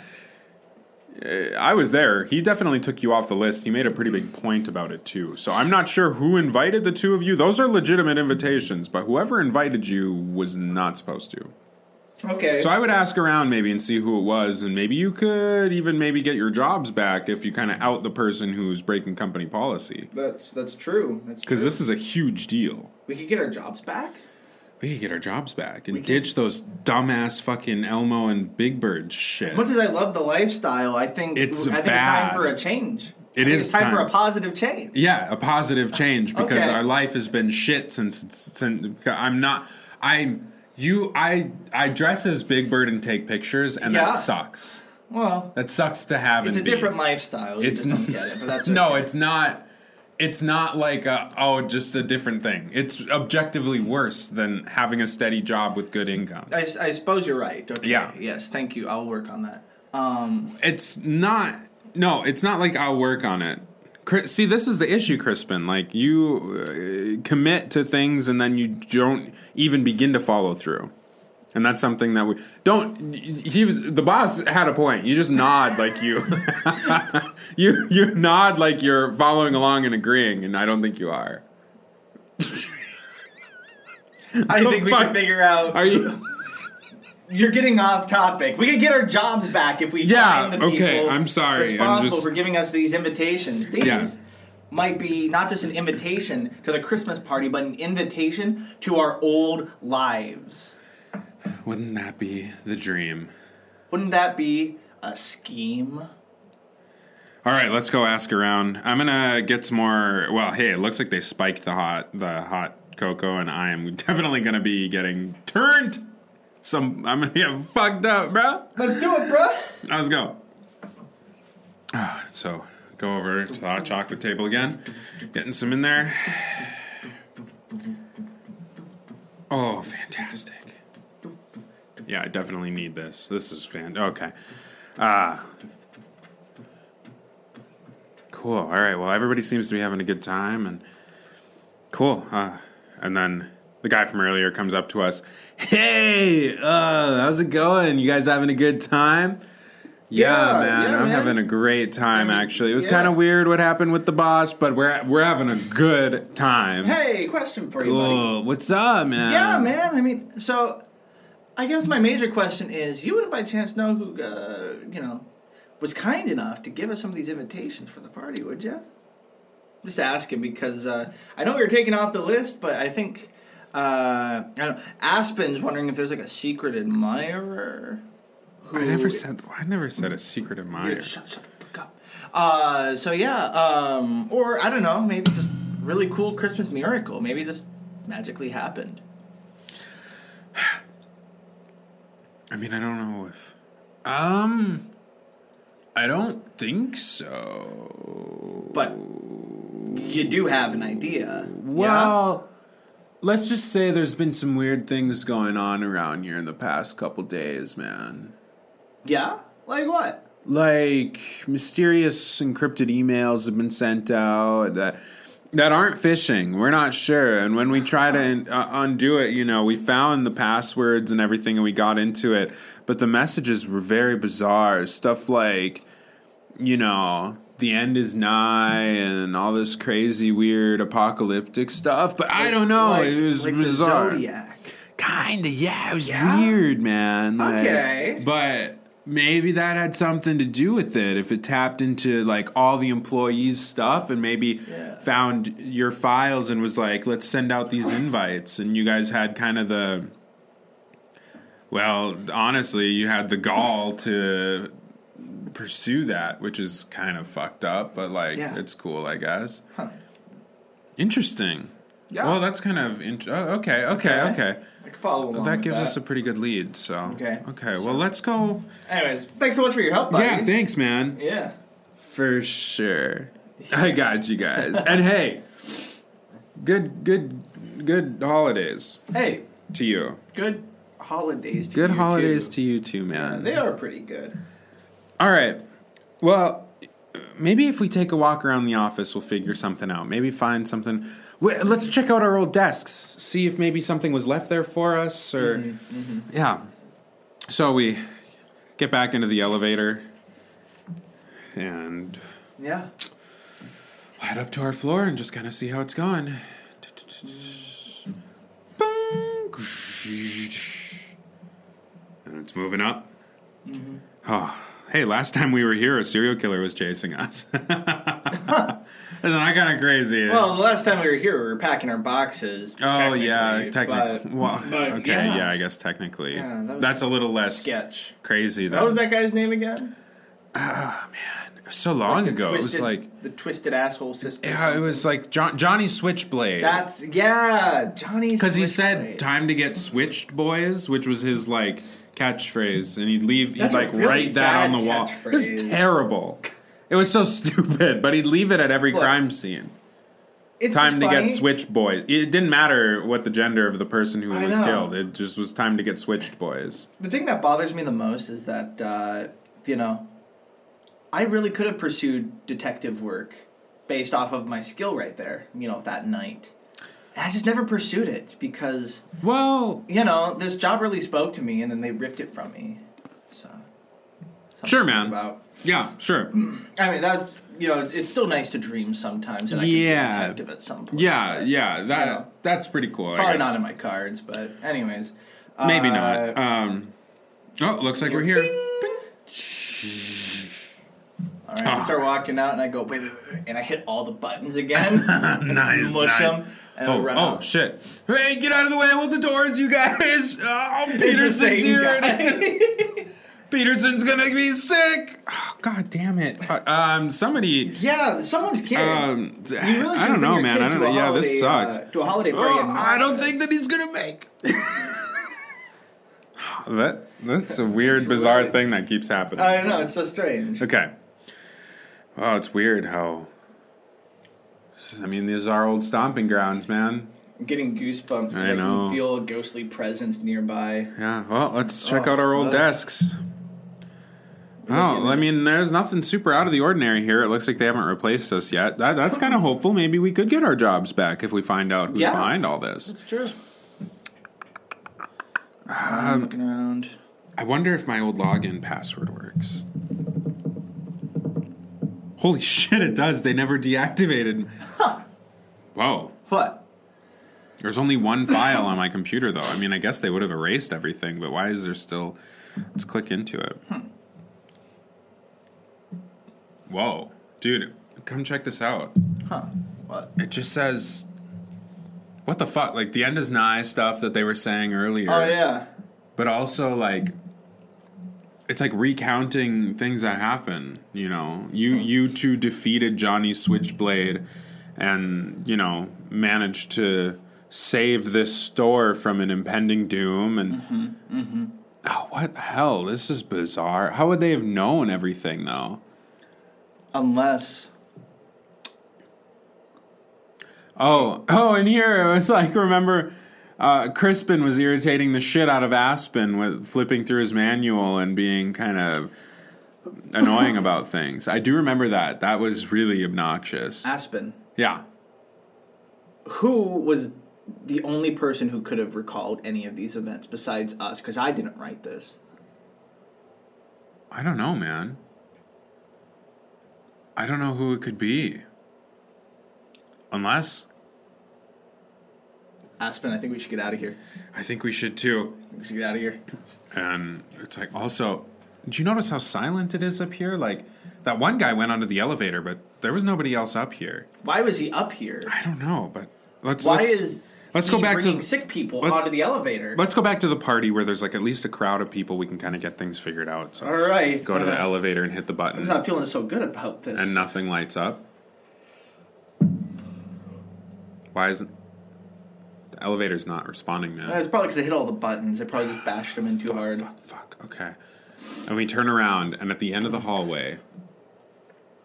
D: eh, I was there. He definitely took you off the list. He made a pretty big point about it too. So I'm not sure who invited the two of you. Those are legitimate invitations, but whoever invited you was not supposed to.
E: Okay.
D: So I would ask around maybe and see who it was, and maybe you could even maybe get your jobs back if you kind of out the person who's breaking company policy.
E: that's that's true. That's
D: Because
E: true.
D: this is a huge deal.
E: we could get our jobs back.
D: We could get our jobs back and ditch those dumbass fucking Elmo and Big Bird shit.
E: As much as I love the lifestyle, I think
D: It's
E: I think
D: bad.
E: it's time for a change.
D: It
E: I think
D: is
E: it's time, for
D: time.
E: a positive change.
D: Yeah, a positive change because
E: Okay.
D: our life has been shit since, since I'm not I'm you I I dress as Big Bird and take pictures and
E: Yeah.
D: that sucks.
E: Well,
D: That sucks to have
E: it's a
D: and be.
E: different lifestyle. You
D: It's
E: just don't
D: n-
E: get it, but that's
D: No,
E: okay.
D: it's not it's not like a, oh just a different thing. It's objectively worse than having a steady job with good income.
E: I, s- I suppose you're right. Okay.
D: Yeah.
E: Yes. Thank you. I'll work on that. Um.
D: it's not no it's not like i'll work on it Cri- see this is the issue crispin like you uh, commit to things and then you don't even begin to follow through and that's something that we don't he was the boss had a point you just nod like you you you nod like you're following along and agreeing and i don't think you are
E: I think we
D: fuck?
E: can figure out.
D: are you
E: You're getting off topic. We could get our jobs back if we
D: Yeah,
E: find the
D: okay,
E: people
D: I'm sorry, I'm
E: responsible
D: just-
E: for giving us these invitations. These
D: Yeah.
E: might be not just an invitation to the Christmas party, but an invitation to our old lives.
D: wouldn't that be the dream
E: Wouldn't that be a scheme?
D: All right, let's go ask around. I'm gonna get some more. Well, hey, it looks like they spiked the hot the hot cocoa, and I am definitely gonna be getting turned. Some I'm gonna get fucked up, bro.
E: Let's do it, bruh.
D: Let's go. Ah, So go over to the hot chocolate table again, getting some in there. Oh, fantastic! Yeah, I definitely need this. This is fan. Okay. Ah. Cool. All right. Well, everybody seems to be having a good time, and cool. Uh, and then the guy from earlier comes up to us. Hey, uh, how's it going? You guys having a good time? Yeah,
E: Yeah,
D: man,
E: yeah,
D: I'm
E: man.
D: having a great time. Actually, it was
E: yeah.
D: kind of weird what happened with the boss, but we're we're having a good time.
E: Hey, question for you, buddy.
D: cool. What's up, man?
E: Yeah, man. I mean, so I guess my major question is, you wouldn't by chance know who, uh, you know, was kind enough to give us some of these invitations for the party, would you? Just asking because uh, I know we were taken off the list, but I think uh, I don't, Aspen's wondering if there's like a secret admirer. Who
D: I never said I never said a secret admirer.
E: Dude, shut, shut the fuck up. Uh, so yeah, um, or I don't know, maybe just really cool Christmas miracle. Maybe it just magically happened.
D: I mean, I don't know if. Um, I don't think so.
E: But you do have an idea.
D: Well, let's just say there's been some weird things going on around here in the past couple days, man.
E: Yeah? Yeah? Like what?
D: Like mysterious encrypted emails have been sent out that that aren't phishing. We're not sure, and when we try to uh, undo it, you know, we found the passwords and everything, and we got into it. But the messages were very bizarre. Stuff like you know, the end is nigh and all this crazy, weird, apocalyptic stuff. But I don't know.
E: Like-
D: Oh, it was
E: like the
D: bizarre.
E: Zodiac.
D: Kinda, yeah. It was
E: Yeah?
D: weird, man. Like,
E: Okay.
D: But maybe that had something to do with it. If it tapped into like all the employees' stuff and maybe found your files and was like, let's send out these invites, and you guys had kind of the. Well, honestly, you had the gall to pursue that, which is kind of fucked up, but like
E: Yeah.
D: it's cool, I guess. Interesting.
E: Yeah.
D: Well, that's kind of int- oh, okay, okay, okay.
E: I can follow along.
D: That
E: with
D: gives us a pretty good lead. So
E: Okay.
D: okay. Well, let's go.
E: Anyways, thanks so much for your help, buddy.
D: Yeah, thanks, man.
E: yeah.
D: For sure. I got you guys. and hey, good, good, good holidays
E: Hey,
D: to you.
E: good holidays to
D: Good
E: you,
D: holidays
E: too.
D: to you too, man.
E: They are pretty good.
D: All right. Well, maybe if we take a walk around the office, we'll figure something out. Maybe find something. Wait, let's check out our old desks. See if maybe something was left there for us, or yeah. So we get back into the elevator and
E: Yeah.
D: head up to our floor and just kind of see how it's going. Bong. And it's moving up. Oh, hey, last time we were here, a serial killer was chasing us. Isn't that kind of crazy?
E: Well, the last time we were here, we were packing our boxes.
D: oh, yeah,
E: technically,
D: technically. Well,
E: but
D: okay,
E: yeah.
D: yeah. I guess technically.
E: Yeah, that was
D: That's a little
E: but
D: less
E: Sketch.
D: crazy, though.
E: What was that guy's name again?
D: So long
E: The
D: ago.
E: twisted-
D: it was like.
E: the twisted asshole system.
D: Yeah, it was like John, Johnny Switchblade.
E: That's yeah, Johnny.
D: Because he
E: Switchblade.
D: said time to get switched, boys, which was his like catchphrase, and he'd leave. He'd
E: That's a
D: like
E: really
D: write that
E: bad
D: on the wall. It was
E: catchphrase.
D: terrible. It was so stupid, but he'd leave it at every
E: Look,
D: crime scene.
E: It's
D: Time to
E: just
D: get
E: funny.
D: switched, boys. It didn't matter what the gender of the person who
E: I
D: was
E: know.
D: killed. It just was time to get switched, boys.
E: The thing that bothers me the most is that uh, you know, I really could have pursued detective work based off of my skill right there. You know, that night, And I just never pursued it because
D: Well,
E: you know this job really spoke to me, and then they ripped it from me. So something
D: Sure,
E: to
D: man.
E: think About.
D: yeah, sure.
E: I mean, that's you know, it's, it's still nice to dream sometimes, and I can
D: Yeah.
E: be a detective at some point.
D: Yeah,
E: but
D: yeah. That
E: Yeah.
D: that's pretty cool. I
E: probably
D: guess.
E: not in my cards, but anyways,
D: Maybe
E: Uh,
D: not. Um, oh, looks like we're here. Bing.
E: All right, I start walking out, and I go wait, wait, wait, wait, and I hit all the buttons again, and
D: Nice,
E: just mush
D: nice.
E: them, and I
D: Oh,
E: run
D: oh
E: out.
D: shit. Hey, get out of the way. Hold the doors, you guys. Oh,
E: It's the
D: Peterson's
E: same
D: here.
E: guy.
D: Peterson's going to be sick. Oh, God damn it. Fuck. Um, somebody.
E: yeah, someone's kid.
D: Um,
E: You really
D: I don't
E: should bring
D: know,
E: your
D: man.
E: kid
D: I don't
E: to a
D: know. Yeah, this
E: holiday,
D: sucks.
E: uh, to a holiday
D: Oh,
E: party. in
D: I don't
E: Marcus.
D: think that he's going to make. Oh, that That's a weird, bizarre thing that keeps happening.
E: I don't know. It's so strange.
D: Okay. Wow, it's weird how. I mean, these are old stomping grounds, man.
E: I'm getting goosebumps. 'cause
D: I
E: I,
D: know.
E: can feel a ghostly presence nearby.
D: Yeah, well, let's check
E: Oh,
D: out our old
E: well.
D: desks. Oh, I mean, there's nothing super out of the ordinary here. It looks like they haven't replaced us yet. That, that's kind of hopeful. Maybe we could get our jobs back if we find out who's
E: Hmm. Yeah.
D: behind all this.
E: It's true. I'm looking around.
D: I wonder if my old login password works. Holy shit, it does. They never deactivated. Whoa.
E: What?
D: There's only one file on my computer, though. I mean, I guess they would have erased everything, but why is there still. Let's click into it. Whoa. Dude, come check this out.
E: Huh? What?
D: It just says. What the fuck? Like the end is nigh stuff that they were saying earlier.
E: Oh yeah.
D: But also, like. It's like recounting things that happen, you know. You you two defeated Johnny Switchblade and, you know, managed to save this store from an impending doom and Oh, what the hell? This is bizarre. How would they have known everything though?
E: Unless.
D: Oh, oh, and here it was like, remember, uh, Crispin was irritating the shit out of Aspen with flipping through his manual and being kind of annoying about things. I do remember that. That was really obnoxious.
E: Aspen,
D: Yeah.
E: who was the only person who could have recalled any of these events besides us? Because I didn't write this.
D: I don't know, man. I don't know who it could be. Unless
E: Aspen, I think we should get out of here.
D: I think we should too.
E: I think we should get out of here.
D: And it's like also, do you notice how silent it is up here? Like that one guy went onto the elevator, but there was nobody else up here.
E: Why was he up here?
D: I don't know, but let's
E: Why
D: let's,
E: is
D: let's
E: he
D: go back to
E: bringing
D: the-
E: sick people
D: let-
E: onto the elevator?
D: let's go back to the party where there's like at least a crowd of people we can kind of get things figured out. So
E: All right.
D: go to the
E: Uh,
D: elevator and hit the
E: I'm
D: button,
E: not feeling so good about this.
D: and nothing lights up. Why isn't the elevator's not responding, man?
E: Uh, It's probably because I hit all the buttons. I probably just bashed them in too hard.
D: Fuck, fuck, okay. And we turn around, and at the end of the hallway,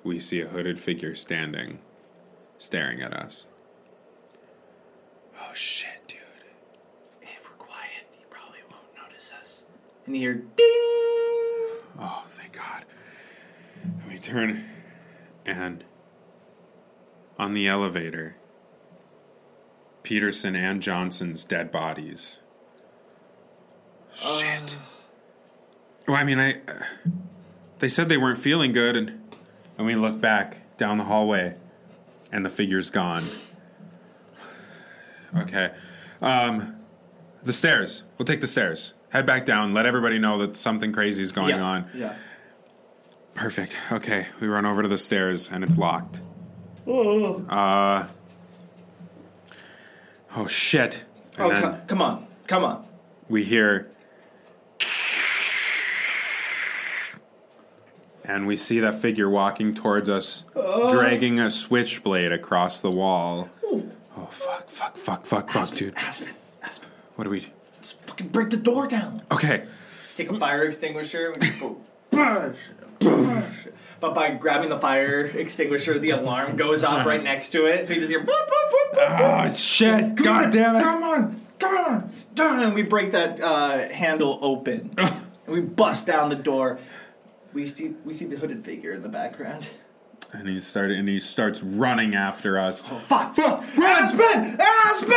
D: we see a hooded figure standing, staring at us. Oh shit, dude.
E: If we're quiet, he probably won't notice us. And you hear ding.
D: Oh, thank God. And we turn, and on the elevator, Peterson and Johnson's dead bodies. Shit. Well, I mean, I. They said they weren't feeling good, and and we look back down the hallway, and the figure's gone. Okay, um, the stairs. We'll take the stairs. Head back down. Let everybody know that something crazy is going
E: yeah.
D: on.
E: Yeah.
D: Perfect. Okay, we run over to the stairs, and it's locked. Uh. Oh shit! And
E: Oh,
D: then-
E: come, come on. Come on.
D: we hear and we see that figure walking towards us
E: Oh.
D: dragging a switchblade across the wall oh fuck fuck fuck fuck fuck dude
E: Aspen. Aspen.
D: what do we
E: Just fucking break the door down.
D: okay
E: Take a fire extinguisher and just go. "Brush, brush." But by grabbing the fire extinguisher, the alarm goes off right next to it, so you just hear. Boop, boop, boop, boop, boop.
D: oh shit
E: Come
D: god
E: on,
D: damn it
E: Come on, come on, done. And we break that uh, handle open, and we bust down the door. We see we see the hooded figure in the background.
D: and he started and he starts running after us
E: Fuck! Fuck! Aspen! Aspen!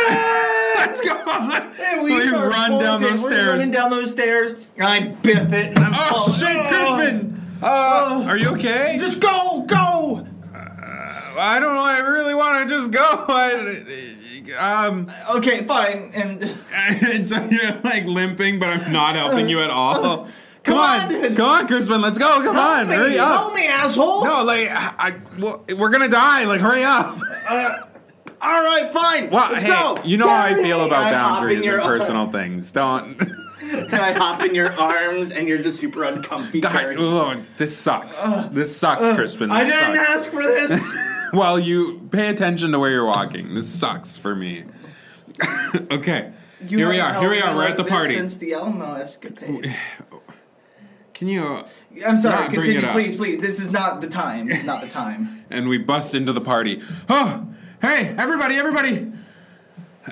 D: let's go
E: And we
D: We
E: start
D: run down
E: bolting.
D: those
E: We're
D: stairs.
E: Running down those stairs, and I biff it, and I'm
D: oh
E: falling.
D: shit Crispin uh, are you okay?
E: Just go, go!
D: I don't know. I really want to just go. I, um,
E: Okay, fine. And
D: and so you're like limping, but I'm not helping you at all. Come,
E: Come
D: on,
E: on, dude.
D: come on, Crispin, let's go. Come
E: help
D: on,
E: me,
D: hurry up.
E: help me, asshole!
D: No, like I, I well, we're gonna die. Like hurry up.
E: All right, fine.
D: Well,
E: let's
D: hey,
E: go.
D: you know how I feel about
E: I hop in
D: boundaries
E: your
D: and
E: arm-
D: personal things. Don't.
E: and I hop in your arms, and you're just super uncomfy.
D: God,
E: Carrie.
D: oh, this sucks. This sucks, Crispin. This
E: I didn't
D: sucks.
E: ask for this.
D: Well, you pay attention to where you're walking. This sucks for me. okay. Here we
E: haven't
D: are. Here we
E: held
D: are. We're
E: me like
D: at the
E: this
D: party.
E: Since the Elmo escapade.
D: Can you?
E: I'm sorry.
D: Not bring it
E: continue,
D: up.
E: please, please. This is not the time. It's not the time.
D: And we bust into the party. Oh, hey, everybody, everybody!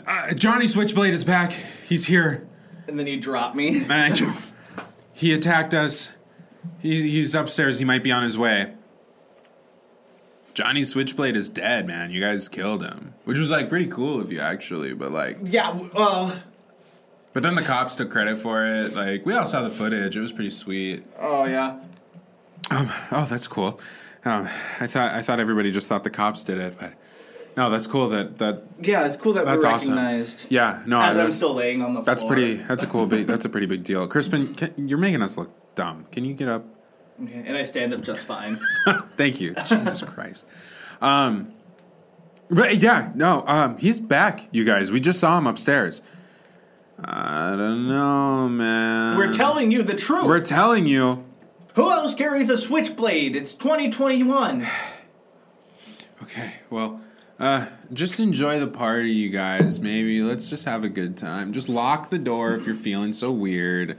D: Uh, Johnny Switchblade is back. He's here.
E: And then you drop me.
D: And I just- he attacked us. He, he's upstairs. He might be on his way. Johnny Switchblade is dead, man. You guys killed him, which was like pretty cool of you, actually. But like,
E: Yeah. Well.
D: but then the cops took credit for it. Like, we all saw the footage. It was pretty sweet.
E: Oh yeah.
D: Um, oh, that's cool. Um, I thought I thought everybody just thought the cops did it, but no, that's cool. That that
E: Yeah. It's cool that
D: that's
E: we're
D: awesome.
E: recognized.
D: Yeah, no,
E: As I'm
D: that's,
E: still laying on the
D: that's
E: floor.
D: pretty. That's a cool. Big, that's a pretty big deal. Crispin, can, you're making us look dumb. Can you get up?
E: Okay, and I stand up just fine.
D: Thank you. Jesus Christ. Um, but yeah, no, um, he's back, you guys. We just saw him upstairs. I don't know, man.
E: We're telling you the truth.
D: We're telling you.
E: Who else carries a switchblade? It's 2021.
D: Okay, well, uh, just enjoy the party, you guys. Maybe let's just have a good time. Just lock the door if you're feeling so weird,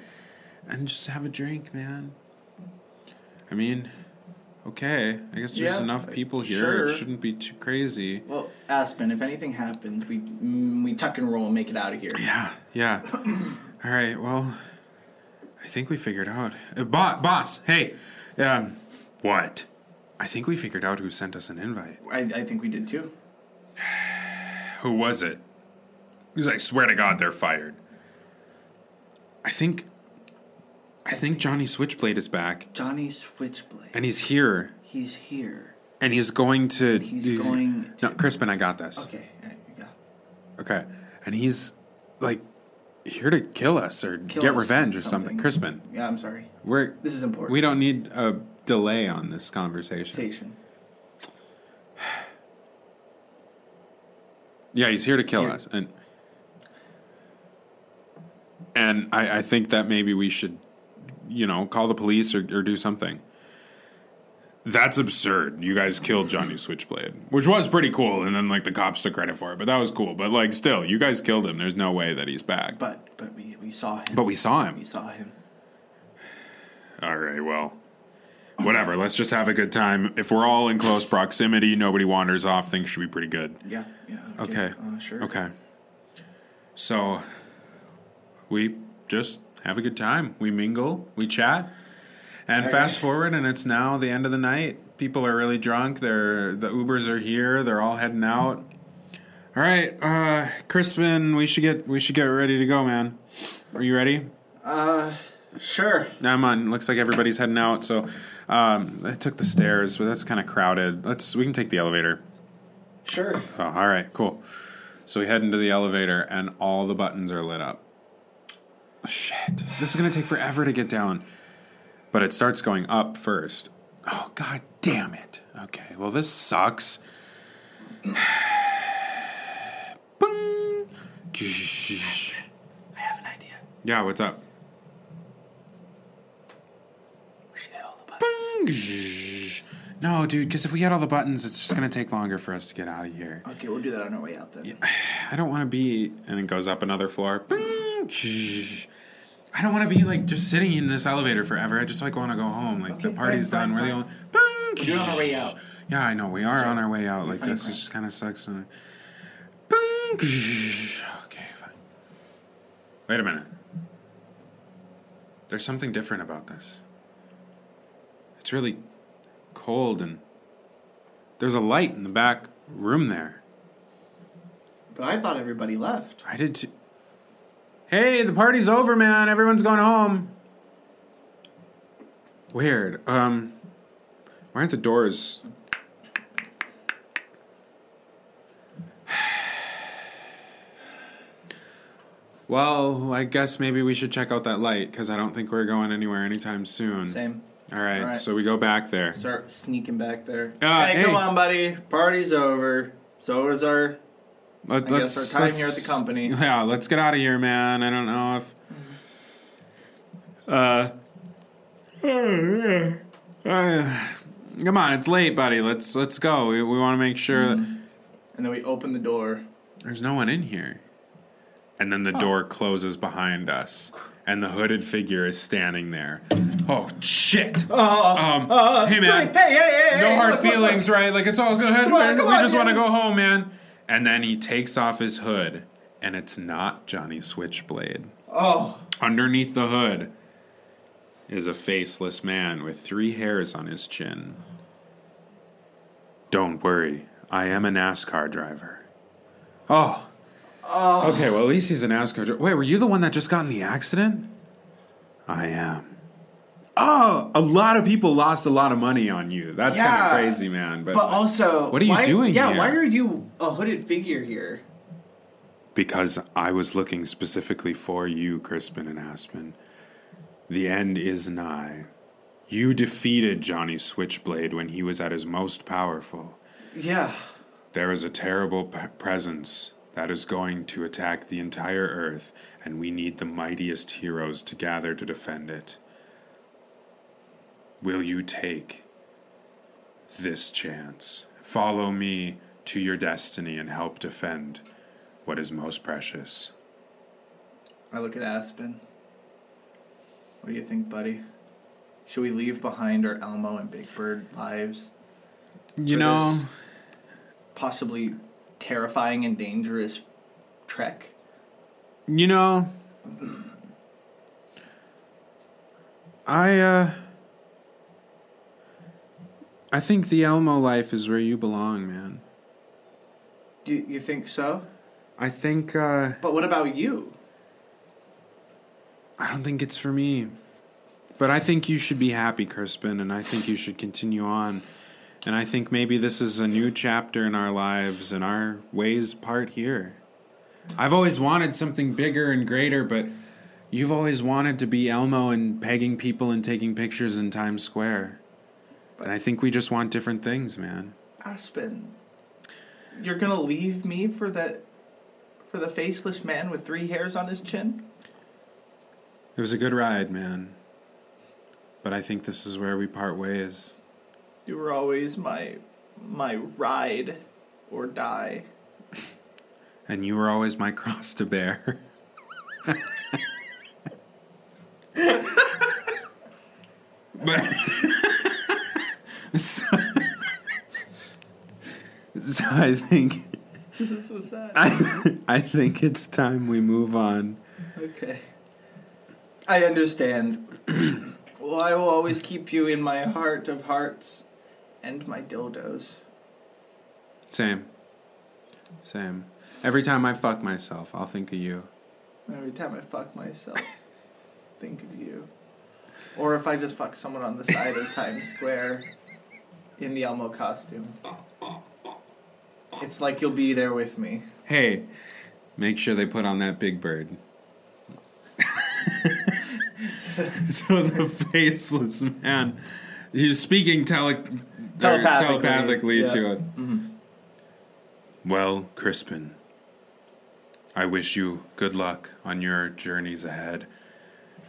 D: and just have a drink, man. I mean, okay, I guess there's
E: Yeah,
D: enough people here.
E: sure.
D: It shouldn't be too crazy.
E: Well, Aspen, if anything happens, we mm, we tuck and roll and make it out of here.
D: Yeah, yeah. All right. Well, I think we figured out. Uh, bo- boss, hey, um, what? I think we figured out who sent us an invite.
E: I, I think we did too.
D: Who was it? Because I swear to God, they're fired. I think. I think Johnny Switchblade is back,
E: Johnny Switchblade.
D: and he's here,
E: He's here.
D: and he's going to.
E: He's going
D: No, Crispin, I got this.
E: Okay. uh, Yeah.
D: Okay. And he's like here to kill us or
E: Kill
D: get
E: us,
D: revenge or something.
E: something.
D: Crispin,
E: Yeah, I'm sorry.
D: we're
E: This is important.
D: We don't need a delay on this conversation.
E: Station.
D: Yeah, he's here to kill
E: Here.
D: us, and and I, I think that maybe we should, you know, call the police or, or do something. That's absurd. You guys killed Johnny Switchblade, which was pretty cool, and then like the cops took credit for it, but that was cool. But like, still, you guys killed him. There's no way that he's back. But,
E: But but we, we saw him.
D: we saw
E: we
D: him.
E: saw him.
D: All right, well, whatever. Let's just have a good time. If we're all in close proximity, nobody wanders off. Things should be pretty good.
E: Yeah. Yeah.
D: Okay.
E: Uh, sure.
D: Okay. So we just have a good time. We mingle, we chat, and fast forward, and it's now the end of the night. People are really drunk. They're the Ubers are here. They're all heading out. All right, uh, Crispin, we should get we should get ready to go, man. Are you ready?
E: Sure.
D: I'm on. Looks like everybody's heading out. So um, I took the stairs, but that's kind of crowded. Let's we can take the elevator.
E: Sure.
D: Oh, all right, cool. So we head into the elevator, and all the buttons are lit up. Shit, this is gonna take forever to get down. But it starts going up first. Oh god, damn it. Okay, well this sucks. Boing.
E: I have an idea.
D: Yeah, what's up?
E: We should hit all the buttons.
D: No, dude, because if we hit all the buttons, it's just gonna take longer for us to get out of here.
E: Okay, we'll do that on our way out then.
D: I don't want to be. And it goes up another floor. Bing. I don't want to be like just sitting in this elevator forever. I just like want to go home. Like the
E: Okay,
D: party's
E: fine,
D: done.
E: fine,
D: We're the
E: fine.
D: only. Bing.
E: We're on our way out.
D: Yeah, I know. We are on our way out. Like
E: Fine,
D: this
E: fine.
D: just kind of sucks. And. Bing. Okay, fine. Wait a minute. There's something different about this. It's really cold and. There's a light in the back room there.
E: But I thought everybody left.
D: I did too. Hey, the party's over, man. Everyone's going home. Weird. Um, why aren't the doors? Well, I guess maybe we should check out that light because I don't think we're going anywhere anytime soon.
E: Same.
D: All right,
E: All right.
D: so we go back there.
E: Start sneaking back there.
D: Uh,
E: hey,
D: hey.
E: come on, buddy. Party's over. So is our.
D: Let,
E: I guess our time here at the company.
D: Yeah, let's get out of here, man. I don't know if. Uh, uh, come on, it's late, buddy. Let's let's go. We, we want to make sure
E: Mm-hmm.
D: that
E: And then we open the door.
D: there's no one in here. And then the
E: Oh.
D: door closes behind us, and the hooded figure is standing there. Oh shit! um, hey man,
E: Uh, Hey, hey, hey, hey!
D: no
E: hey,
D: hard
E: look, look, look.
D: feelings, right? Like it's all good,
E: on,
D: man.
E: come
D: we
E: on,
D: just
E: yeah.
D: want to go home, man. And then he takes off his hood, and it's not Johnny Switchblade.
E: Oh,
D: Underneath the hood is a faceless man with three hairs on his chin. Don't worry, I am a NASCAR driver. Oh. Oh. Okay, well, at least he's a NASCAR driver. Wait, were you the one that just got in the accident? I am. Oh, a lot of people lost a lot of money on you. That's
E: Yeah.
D: kind of crazy, man. But,
E: but
D: like,
E: also.
D: what are you
E: why-
D: doing
E: Yeah,
D: here?
E: why are you a hooded figure here?
D: Because I was looking specifically for you, Crispin and Aspen. The end is nigh. You defeated Johnny Switchblade when he was at his most powerful.
E: Yeah.
D: There is a terrible p- presence that is going to attack the entire Earth, and we need the mightiest heroes to gather to defend it. Will you take this chance? Follow me to your destiny and help defend what is most precious.
E: I look at Aspen. What do you think, buddy? Should we leave behind our Elmo and Big Bird lives?
D: You
E: for
D: know,
E: this possibly terrifying and dangerous trek.
D: you know, I uh I think the Elmo life is where you belong, man.
E: Do you, you think so?
D: I think uh
E: But what about you?
D: I don't think it's for me. But I think you should be happy, Crispin, and I think you should continue on. And I think maybe this is a new chapter in our lives and our ways part here. I've always wanted something bigger and greater, but you've always wanted to be Elmo and pegging people and taking pictures in Times Square. And I think we just want different things, man.
E: Aspen, you're gonna leave me for that for the faceless man with three hairs on his chin?
D: It was a good ride, man. But I think this is where we part ways.
E: You were always my my ride or die.
D: And you were always my cross to bear. but so, so I think
E: This is so sad.
D: I, I think it's time we move on.
E: Okay. I understand. well, I will always keep you in my heart of hearts and my dildos.
D: Same. Same. Every time I fuck myself, I'll think of you.
E: Every time I fuck myself, think of you. Or if I just fuck someone on the side of Times Square in the Elmo costume. It's like you'll be there with me.
D: Hey, make sure they put on that big bird. so the faceless man, he's speaking tele- or
E: Telepathically,
D: telepathically to
E: yeah. Mm-hmm.
D: us. Well, Crispin, I wish you good luck on your journeys ahead.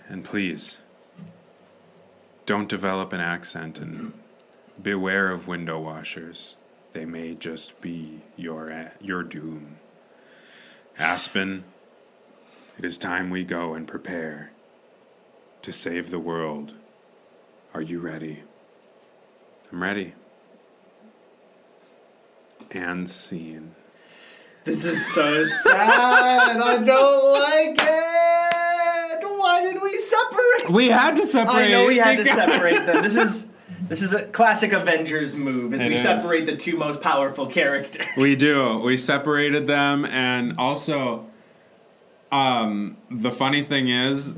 D: And please, don't develop an accent and beware of window washers. They may just be your, your doom. Aspen, it is time we go and prepare to save the world. Are you ready? I'm ready. And scene.
E: This is so sad. I don't like it. Why did we separate?
D: We had to separate.
E: I know we had to separate them. This is this is a classic Avengers move. Is
D: It
E: we
D: is.
E: separate the two most powerful characters.
D: We do. We separated them, and also, um, the funny thing is,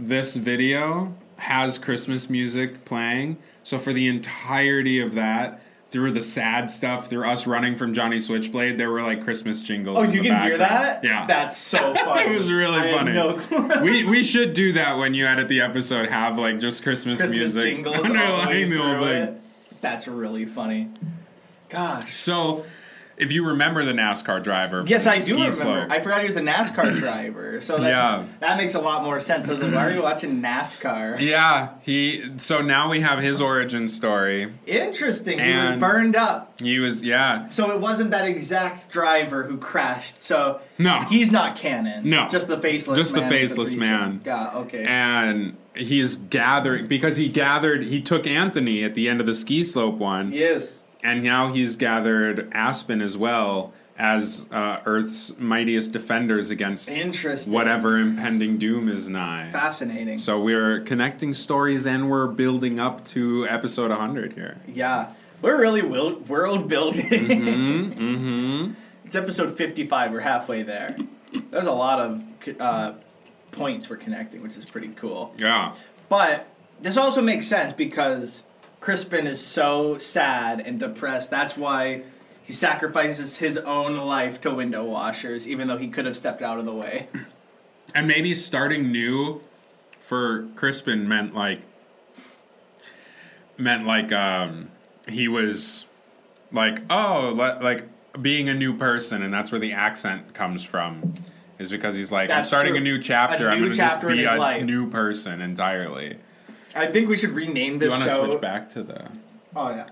D: this video has Christmas music playing. So for the entirety of that, through the sad stuff, through us running from Johnny Switchblade, there were like Christmas jingles.
E: Oh,
D: in
E: you
D: the
E: can hear
D: background.
E: that?
D: Yeah,
E: That's so funny.
D: It was really
E: I had
D: funny.
E: no clue.
D: we we should do that when you edit the episode. Have like just Christmas,
E: Christmas
D: music
E: jingles all the
D: underlying
E: way
D: the whole
E: through
D: thing.
E: it. That's really funny. Gosh.
D: So, if you remember the NASCAR driver, from
E: Yes,
D: the
E: I do
D: ski
E: remember.
D: slope.
E: I forgot he was a NASCAR driver, so that's,
D: Yeah.
E: that makes a lot more sense. I was like, why are you watching NASCAR?
D: yeah, he. So now we have his origin story.
E: Interesting. he
D: And-
E: was burned up,
D: He was yeah.
E: so it wasn't that exact driver who crashed. So
D: No.
E: he's not canon.
D: No.
E: just the faceless.
D: Just the
E: man with
D: faceless
E: bleach.
D: man.
E: God, okay.
D: and he's gathering because he gathered he took anthony at the end of the ski slope one
E: yes.
D: and now he's gathered aspen as well as uh, earth's mightiest defenders against
E: Interesting.
D: whatever impending doom is nigh
E: Fascinating.
D: so we're connecting stories and we're building up to episode 100 here
E: Yeah, we're really wil- world building.
D: Mm-hmm,
E: It's episode fifty-five. We're halfway there. There's a lot of uh, points we're connecting, which is pretty cool.
D: yeah
E: But this also makes sense because Crispin is so sad and depressed. That's why he sacrifices his own life to window washers, even though he could have stepped out of the way.
D: and maybe starting new for Crispin meant like meant like um he was like oh le- like being a new person and that's where the accent comes from is because he's like I'm
E: That's
D: starting
E: true.
D: a new chapter
E: A
D: I'm
E: new
D: going to just
E: chapter in
D: be
E: his
D: a
E: life."
D: new person entirely.
E: I think we should rename
D: You
E: this
D: want to
E: show.
D: switch back to the
E: Oh yeah,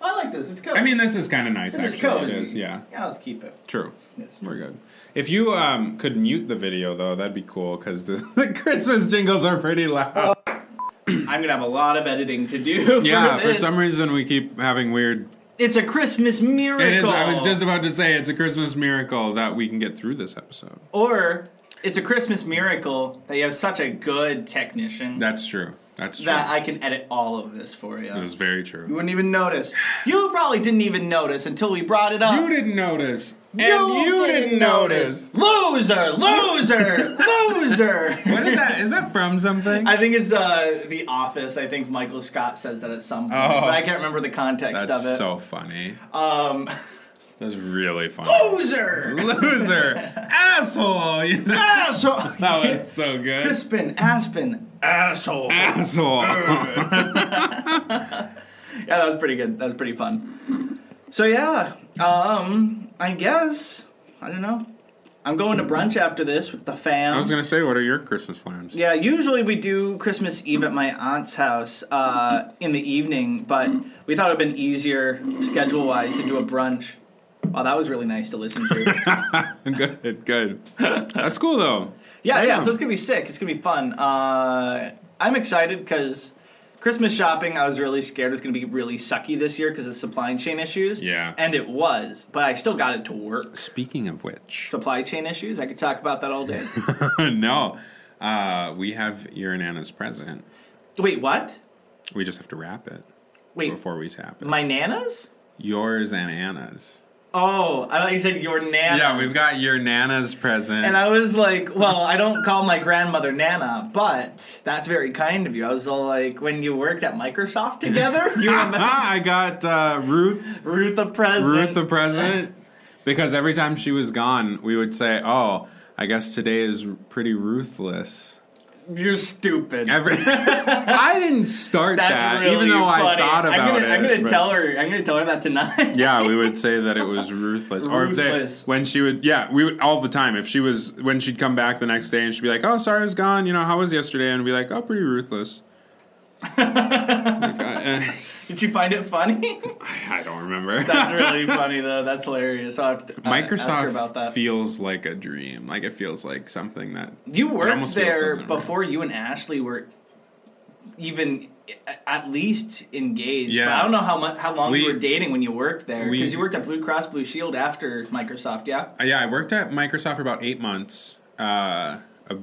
E: I like this. It's cozy.
D: I mean this is kind of nice
E: this is
D: actually
E: cozy.
D: it is yeah.
E: yeah. Let's keep it.
D: True.
E: That's
D: We're good. If you um, could mute the video though, that'd be cool because the, the Christmas jingles are pretty loud.
E: I'm gonna have a lot of editing to do.
D: Yeah,
E: for,
D: for
E: this.
D: some reason we keep having weird.
E: it's a Christmas miracle.
D: It is. I was just about to say it's a Christmas miracle that we can get through this episode.
E: or it's a Christmas miracle that you have such a good technician that,
D: That's true. That's true.
E: I can edit all of this for you.
D: that is very
E: you
D: true.
E: wouldn't even notice. You probably didn't even notice until we brought it up.
D: You didn't notice, and
E: You
D: you, didn't, notice.
E: Loser, loser, loser.
D: What is that? Is that from something?
E: I think it's uh, The Office. I think Michael Scott says that at some point,
D: Oh.
E: but I can't remember the context of it.
D: That's so funny.
E: um,
D: That's really funny.
E: loser, Ah,
D: Loser, asshole. You said-
E: asshole.
D: that was so good.
E: Crispin, Aspen, asshole.
D: Asshole.
E: Yeah, that was pretty good. That was pretty fun. So yeah, um, I guess I don't know. I'm going to brunch after this with the fam.
D: I was gonna say, what are your Christmas plans?
E: yeah, usually we do Christmas Eve at my aunt's house uh, in the evening, but we thought it'd been easier schedule wise to do a brunch. Wow, that was really nice to listen to.
D: good, good. That's cool though.
E: yeah, yeah. So it's gonna be sick. It's gonna be fun. Uh, I'm excited because Christmas shopping. I was really scared it was gonna be really sucky this year because of supply chain issues.
D: Yeah.
E: and it was, but I still got it to work.
D: Speaking of which,
E: supply chain issues. I could talk about that all day.
D: no, uh, we have your and Anna's present.
E: Wait, what?
D: We just have to wrap it
E: Wait,
D: before we tap it.
E: my nanas?
D: Yours and Anna's.
E: Oh, I thought you said your nana.
D: Yeah, we've got your nana's present.
E: And I was like, well, I don't call my grandmother Nana, but that's very kind of you. I was all like, when you worked at Microsoft together, you remember
D: ah, I got uh, Ruth
E: Ruth the President.
D: Ruth the president because every time she was gone, we would say, "Oh, I guess today is pretty ruthless."
E: You're stupid.
D: Every I didn't start
E: that's
D: that,
E: really
D: even though
E: funny.
D: I thought about
E: am gonna,
D: it.
E: I'm gonna
D: but-
E: tell her. I'm gonna tell her that tonight.
D: Yeah, we would say that it was ruthless. Or if they,
E: Ruthless.
D: when she would, yeah, we would all the time. If she was, when she'd come back the next day and she'd be like, "Oh, sorry, I was gone. You know, how was yesterday?" And we'd be like, "Oh, pretty ruthless." Like, I,
E: Did you find it funny?
D: I don't remember.
E: that's really funny though. That's hilarious. I'll have to uh, ask her
D: Microsoft
E: about that.
D: feels like a dream. Like it feels like something that
E: You
D: It
E: worked
D: almost feels
E: there
D: doesn't work.
E: before you and Ashley were even a- at least engaged. But
D: Yeah.
E: I don't know how much how long you
D: We-
E: were dating when you worked there
D: we-
E: because you worked at Blue Cross Blue Shield after Microsoft. Yeah,
D: Uh, yeah, I worked at Microsoft for about eight months. Uh, a,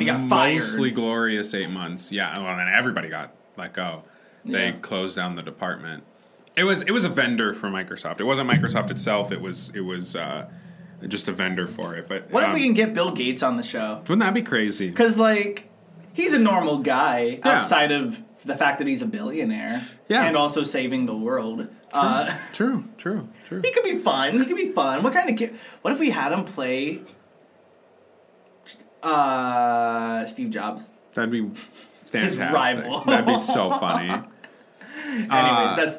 D: a
E: you got fired.
D: Uh, mostly glorious eight months. Yeah, well, and everybody got let go. They
E: Yeah.
D: closed down the department. It was it was a vendor for Microsoft. It wasn't Microsoft itself. It was it was uh, just a vendor for it. But
E: What if
D: um,
E: we can get Bill Gates on the show?
D: Wouldn't that be crazy?
E: Because like he's a normal guy
D: Yeah.
E: outside of the fact that he's a billionaire.
D: Yeah.
E: and also saving the world. Uh,
D: True, true, true.
E: he could be fun. He could be fun. What kind of kid? What if we had him play? Uh, Steve Jobs.
D: That'd be fantastic.
E: rival.
D: That'd be so funny.
E: Anyways,
D: Uh,
E: that's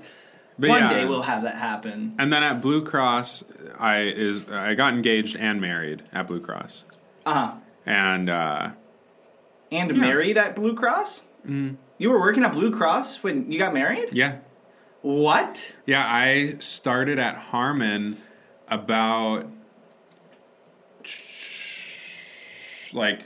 D: But
E: one
D: yeah.
E: day we'll have that happen.
D: and then at Blue Cross, I is I got engaged and married at Blue Cross,
E: Uh huh.
D: and uh,
E: And married at Blue Cross. Mm. You were working at Blue Cross when you got married.
D: yeah,
E: What?
D: yeah. I started at Harmon about like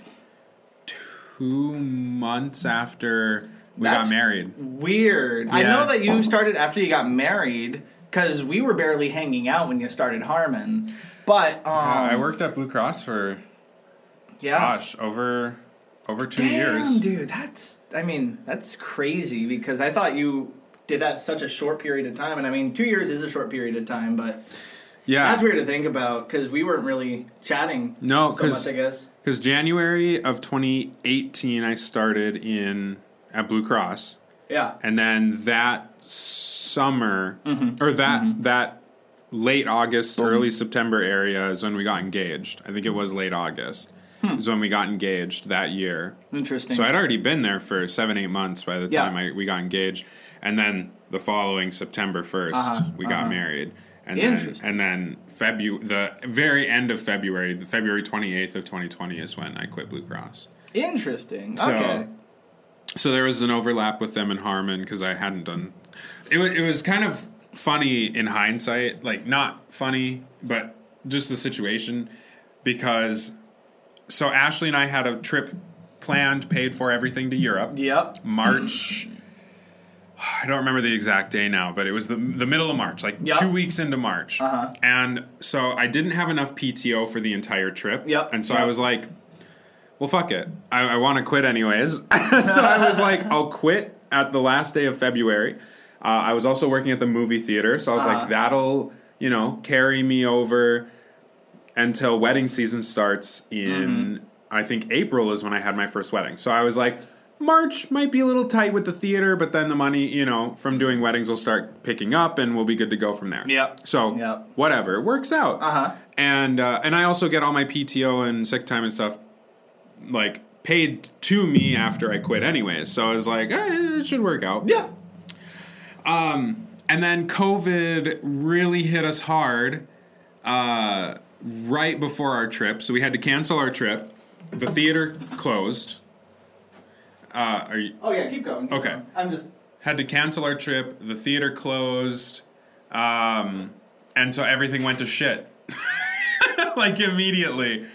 D: two months after we
E: That's-
D: got married.
E: Weird. I
D: Yeah.
E: know that you started after you got married because we were barely hanging out when you started Harmon. But um,
D: Uh, I worked at Blue Cross for
E: yeah.
D: gosh over over two
E: Damn,
D: years.
E: dude, that's. I mean, that's crazy because I thought you did that such a short period of time, and I mean, two years is a short period of time, but
D: Yeah,
E: that's weird to think about because we weren't really chatting.
D: No,
E: so
D: 'cause-
E: much, I guess.
D: Because January of 2018, I started in at Blue Cross,
E: Yeah.
D: and then that summer
E: Mm-hmm.
D: or that that late August, early September area is when we got engaged. I think it was late August is when we got engaged that year.
E: Hmm. Interesting.
D: So I'd already been there for seven, eight months by the
E: Yeah.
D: time I, we got engaged, and then the following September 1st we got married. And then,
E: Uh-huh. Interesting.
D: and then February, the very end of February, the February twenty eighth of twenty twenty is when I quit Blue Cross.
E: Interesting.
D: So,
E: okay.
D: So there was an overlap with them and Harmon because I hadn't done. It was, it was kind of funny in hindsight, like not funny, but just the situation because. So Ashley and I had a trip planned, paid for, everything to Europe.
E: Yep.
D: March. I don't remember the exact day now, but it was the the middle of March, like
E: Yep.
D: two weeks into March. Uh-huh. And so I didn't have enough PTO for the entire trip.
E: Yep.
D: And so I
E: Yep.
D: was like, well, fuck it. I, I want to quit anyways. so I was like, I'll quit at the last day of February. Uh, I was also working at the movie theater, so I was like, that'll, you know, carry me over until wedding season starts in I think April is when I had my first wedding. So I was like, March might be a little tight with the theater, but then the money, you know, from doing weddings will start picking up and we'll be good to go from there.
E: Yep.
D: So
E: Yep.
D: whatever, it works out.
E: Uh-huh.
D: And uh, and I also get all my PTO and sick time and stuff like paid to me after I quit anyways. So I was like, eh, it should work out. Um,
E: Yeah.
D: And then COVID really hit us hard uh, right before our trip. So we had to cancel our trip. The theater closed. Uh, are you,
E: Oh yeah. Keep going. keep
D: Okay.
E: going. I'm just.
D: had to cancel our trip. The theater closed. Um, and so everything went to shit. like immediately.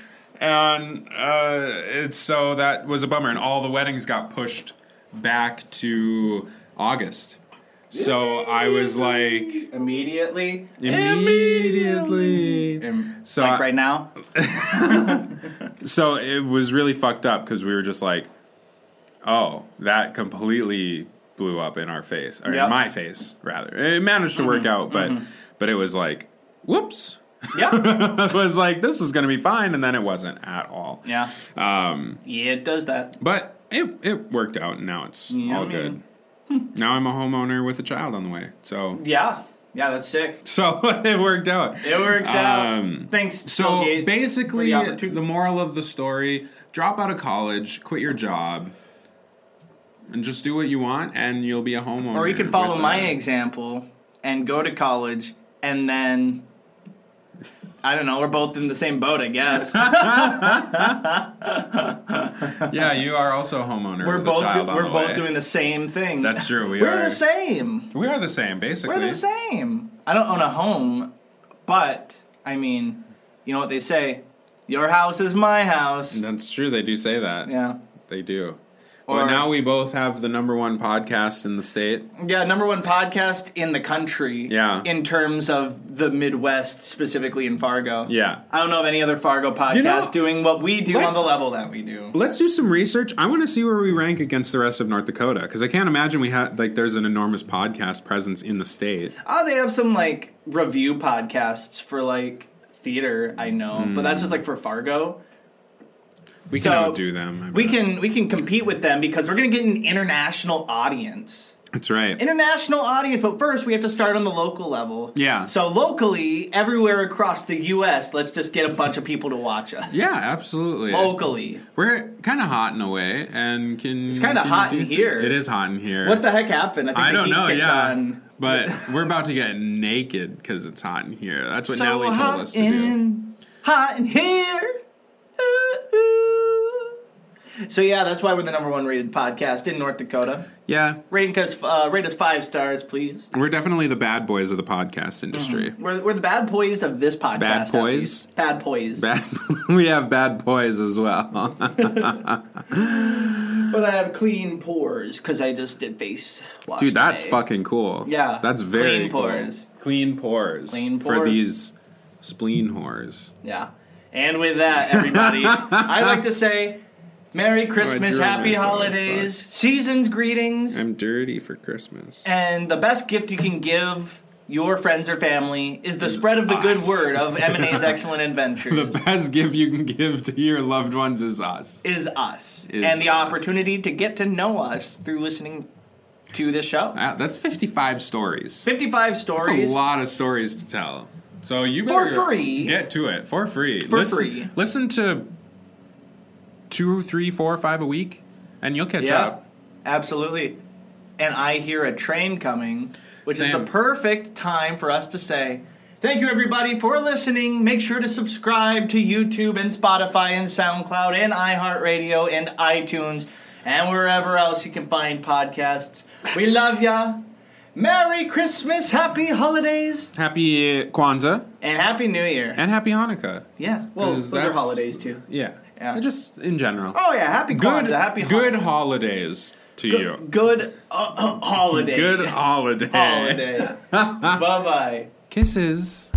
D: And uh, it's so that was a bummer. And all the weddings got pushed back to August. So I was like,
E: Immediately.
D: immediately.
E: Im-
D: So I-
E: like right now.
D: So it was really fucked up because we were just like, oh, that completely blew up in our face or
E: Yep. Mm-hmm.
D: in my face rather. It managed to work out, but but it was like whoops.
E: Yeah.
D: I was like, this is going to be fine. And then it wasn't at all.
E: yeah.
D: Um,
E: Yeah, it does that.
D: but it, it worked out and now it's all
E: Yummy.
D: good. Now I'm a homeowner with a child on the way. So,
E: Yeah. Yeah, that's sick.
D: so it worked out.
E: It works out.
D: Um,
E: Thanks.
D: So
E: Bill Gates,
D: basically,
E: for the
D: the,
E: opportunity.
D: moral of the story: drop out of college, quit your job, and just do what you want, and you'll be a homeowner.
E: or you can follow
D: with uh, a-
E: my example and go to college and then I don't know, we're both in the same boat, I guess.
D: Yeah, you are also a homeowner.
E: we're
D: with a
E: both
D: child on
E: we're
D: the
E: both
D: way.
E: doing the same thing.
D: That's true. We
E: We're
D: are
E: the same.
D: We are the same, basically.
E: We're the same. I don't own a home, but I mean, you know what they say, your house is my house.
D: That's true. They do say that.
E: Yeah.
D: they do.
E: Or-
D: but now we both have the number one podcast in the state.
E: Yeah, number one podcast in the country.
D: Yeah.
E: In terms of the Midwest, specifically in Fargo.
D: Yeah.
E: I don't know of any other Fargo podcast
D: You know,
E: doing what we do on
D: let's-
E: the level that we do.
D: Let's do some research. I want to see where we rank against the rest of North Dakota because I can't imagine we have like there's an enormous podcast presence in the state.
E: Oh, they have some like review podcasts for like theater, I know, but that's just like for Fargo.
D: We
E: So,
D: can outdo them. I
E: We
D: bet.
E: can we can compete with them because we're gonna get an international audience.
D: That's right.
E: International audience, but first we have to start on the local level.
D: Yeah.
E: So locally, everywhere across the US, let's just get a bunch of people to watch us.
D: Yeah, absolutely.
E: Locally.
D: We're kind of hot in a way, and can it's
E: kinda hot in here.
D: It is hot in here.
E: What the heck happened? think
D: I
E: the
D: don't
E: heat
D: know.
E: kicked
D: Yeah,
E: on.
D: but we're about to get naked because it's hot in here. That's what
E: So
D: Nelly Natalie
E: hot
D: told us to do.
E: in, Hot in here. Ooh, ooh. So yeah, that's why we're the number one rated podcast in North Dakota.
D: Yeah,
E: Rating us, uh, rate us five stars, please.
D: we're definitely the bad boys of the podcast industry.
E: We're, we're the bad boys of this podcast.
D: Bad
E: at
D: boys?
E: least. Bad boys.
D: Bad, we have bad boys as well.
E: but I have clean pores because I just did face wash.
D: Dude, that's
E: today.
D: fucking cool.
E: Yeah.
D: that's very
E: Clean
D: cool.
E: pores.
D: Clean pores.
E: Clean
D: for
E: pores.
D: these spleen whores.
E: Yeah. And with that, everybody, I like to say. Merry Christmas,
D: drew
E: Happy
D: myself,
E: Holidays, Season's greetings.
D: I'm dirty for Christmas.
E: And the best gift you can give your friends or family is the spread of the good
D: us.
E: word of M&A's Excellent Adventures
D: the best gift you can give to your loved ones is us.
E: is us
D: Is
E: and the
D: us.
E: opportunity to get to know us through listening to this show.
D: Wow, that's 55 stories.
E: 55
D: That's a
E: stories.
D: lot of stories to tell. So you
E: For
D: better
E: free.
D: get to it for free.
E: For
D: listen,
E: free.
D: Listen to two, three, four, five a week, and you'll catch
E: Yeah.
D: up.
E: Absolutely. And I hear a train coming, which is
D: Same.
E: the perfect time for us to say Thank you, everybody, for listening. Make sure to subscribe to YouTube and Spotify and SoundCloud and iHeartRadio and iTunes and wherever else you can find podcasts. We love ya. Merry Christmas, Happy Holidays,
D: Happy uh, Kwanzaa
E: and Happy New Year.
D: and Happy Hanukkah.
E: Yeah, well,
D: 'Cause
E: those are
D: that's-
E: holidays too.
D: Yeah.
E: Yeah.
D: Just in general.
E: Oh yeah, Happy Kwanzaa,
D: good,
E: Happy
D: good
E: Hol-
D: holidays to you.
E: good uh, holiday,
D: Good holiday.
E: holiday. bye bye.
D: Kisses.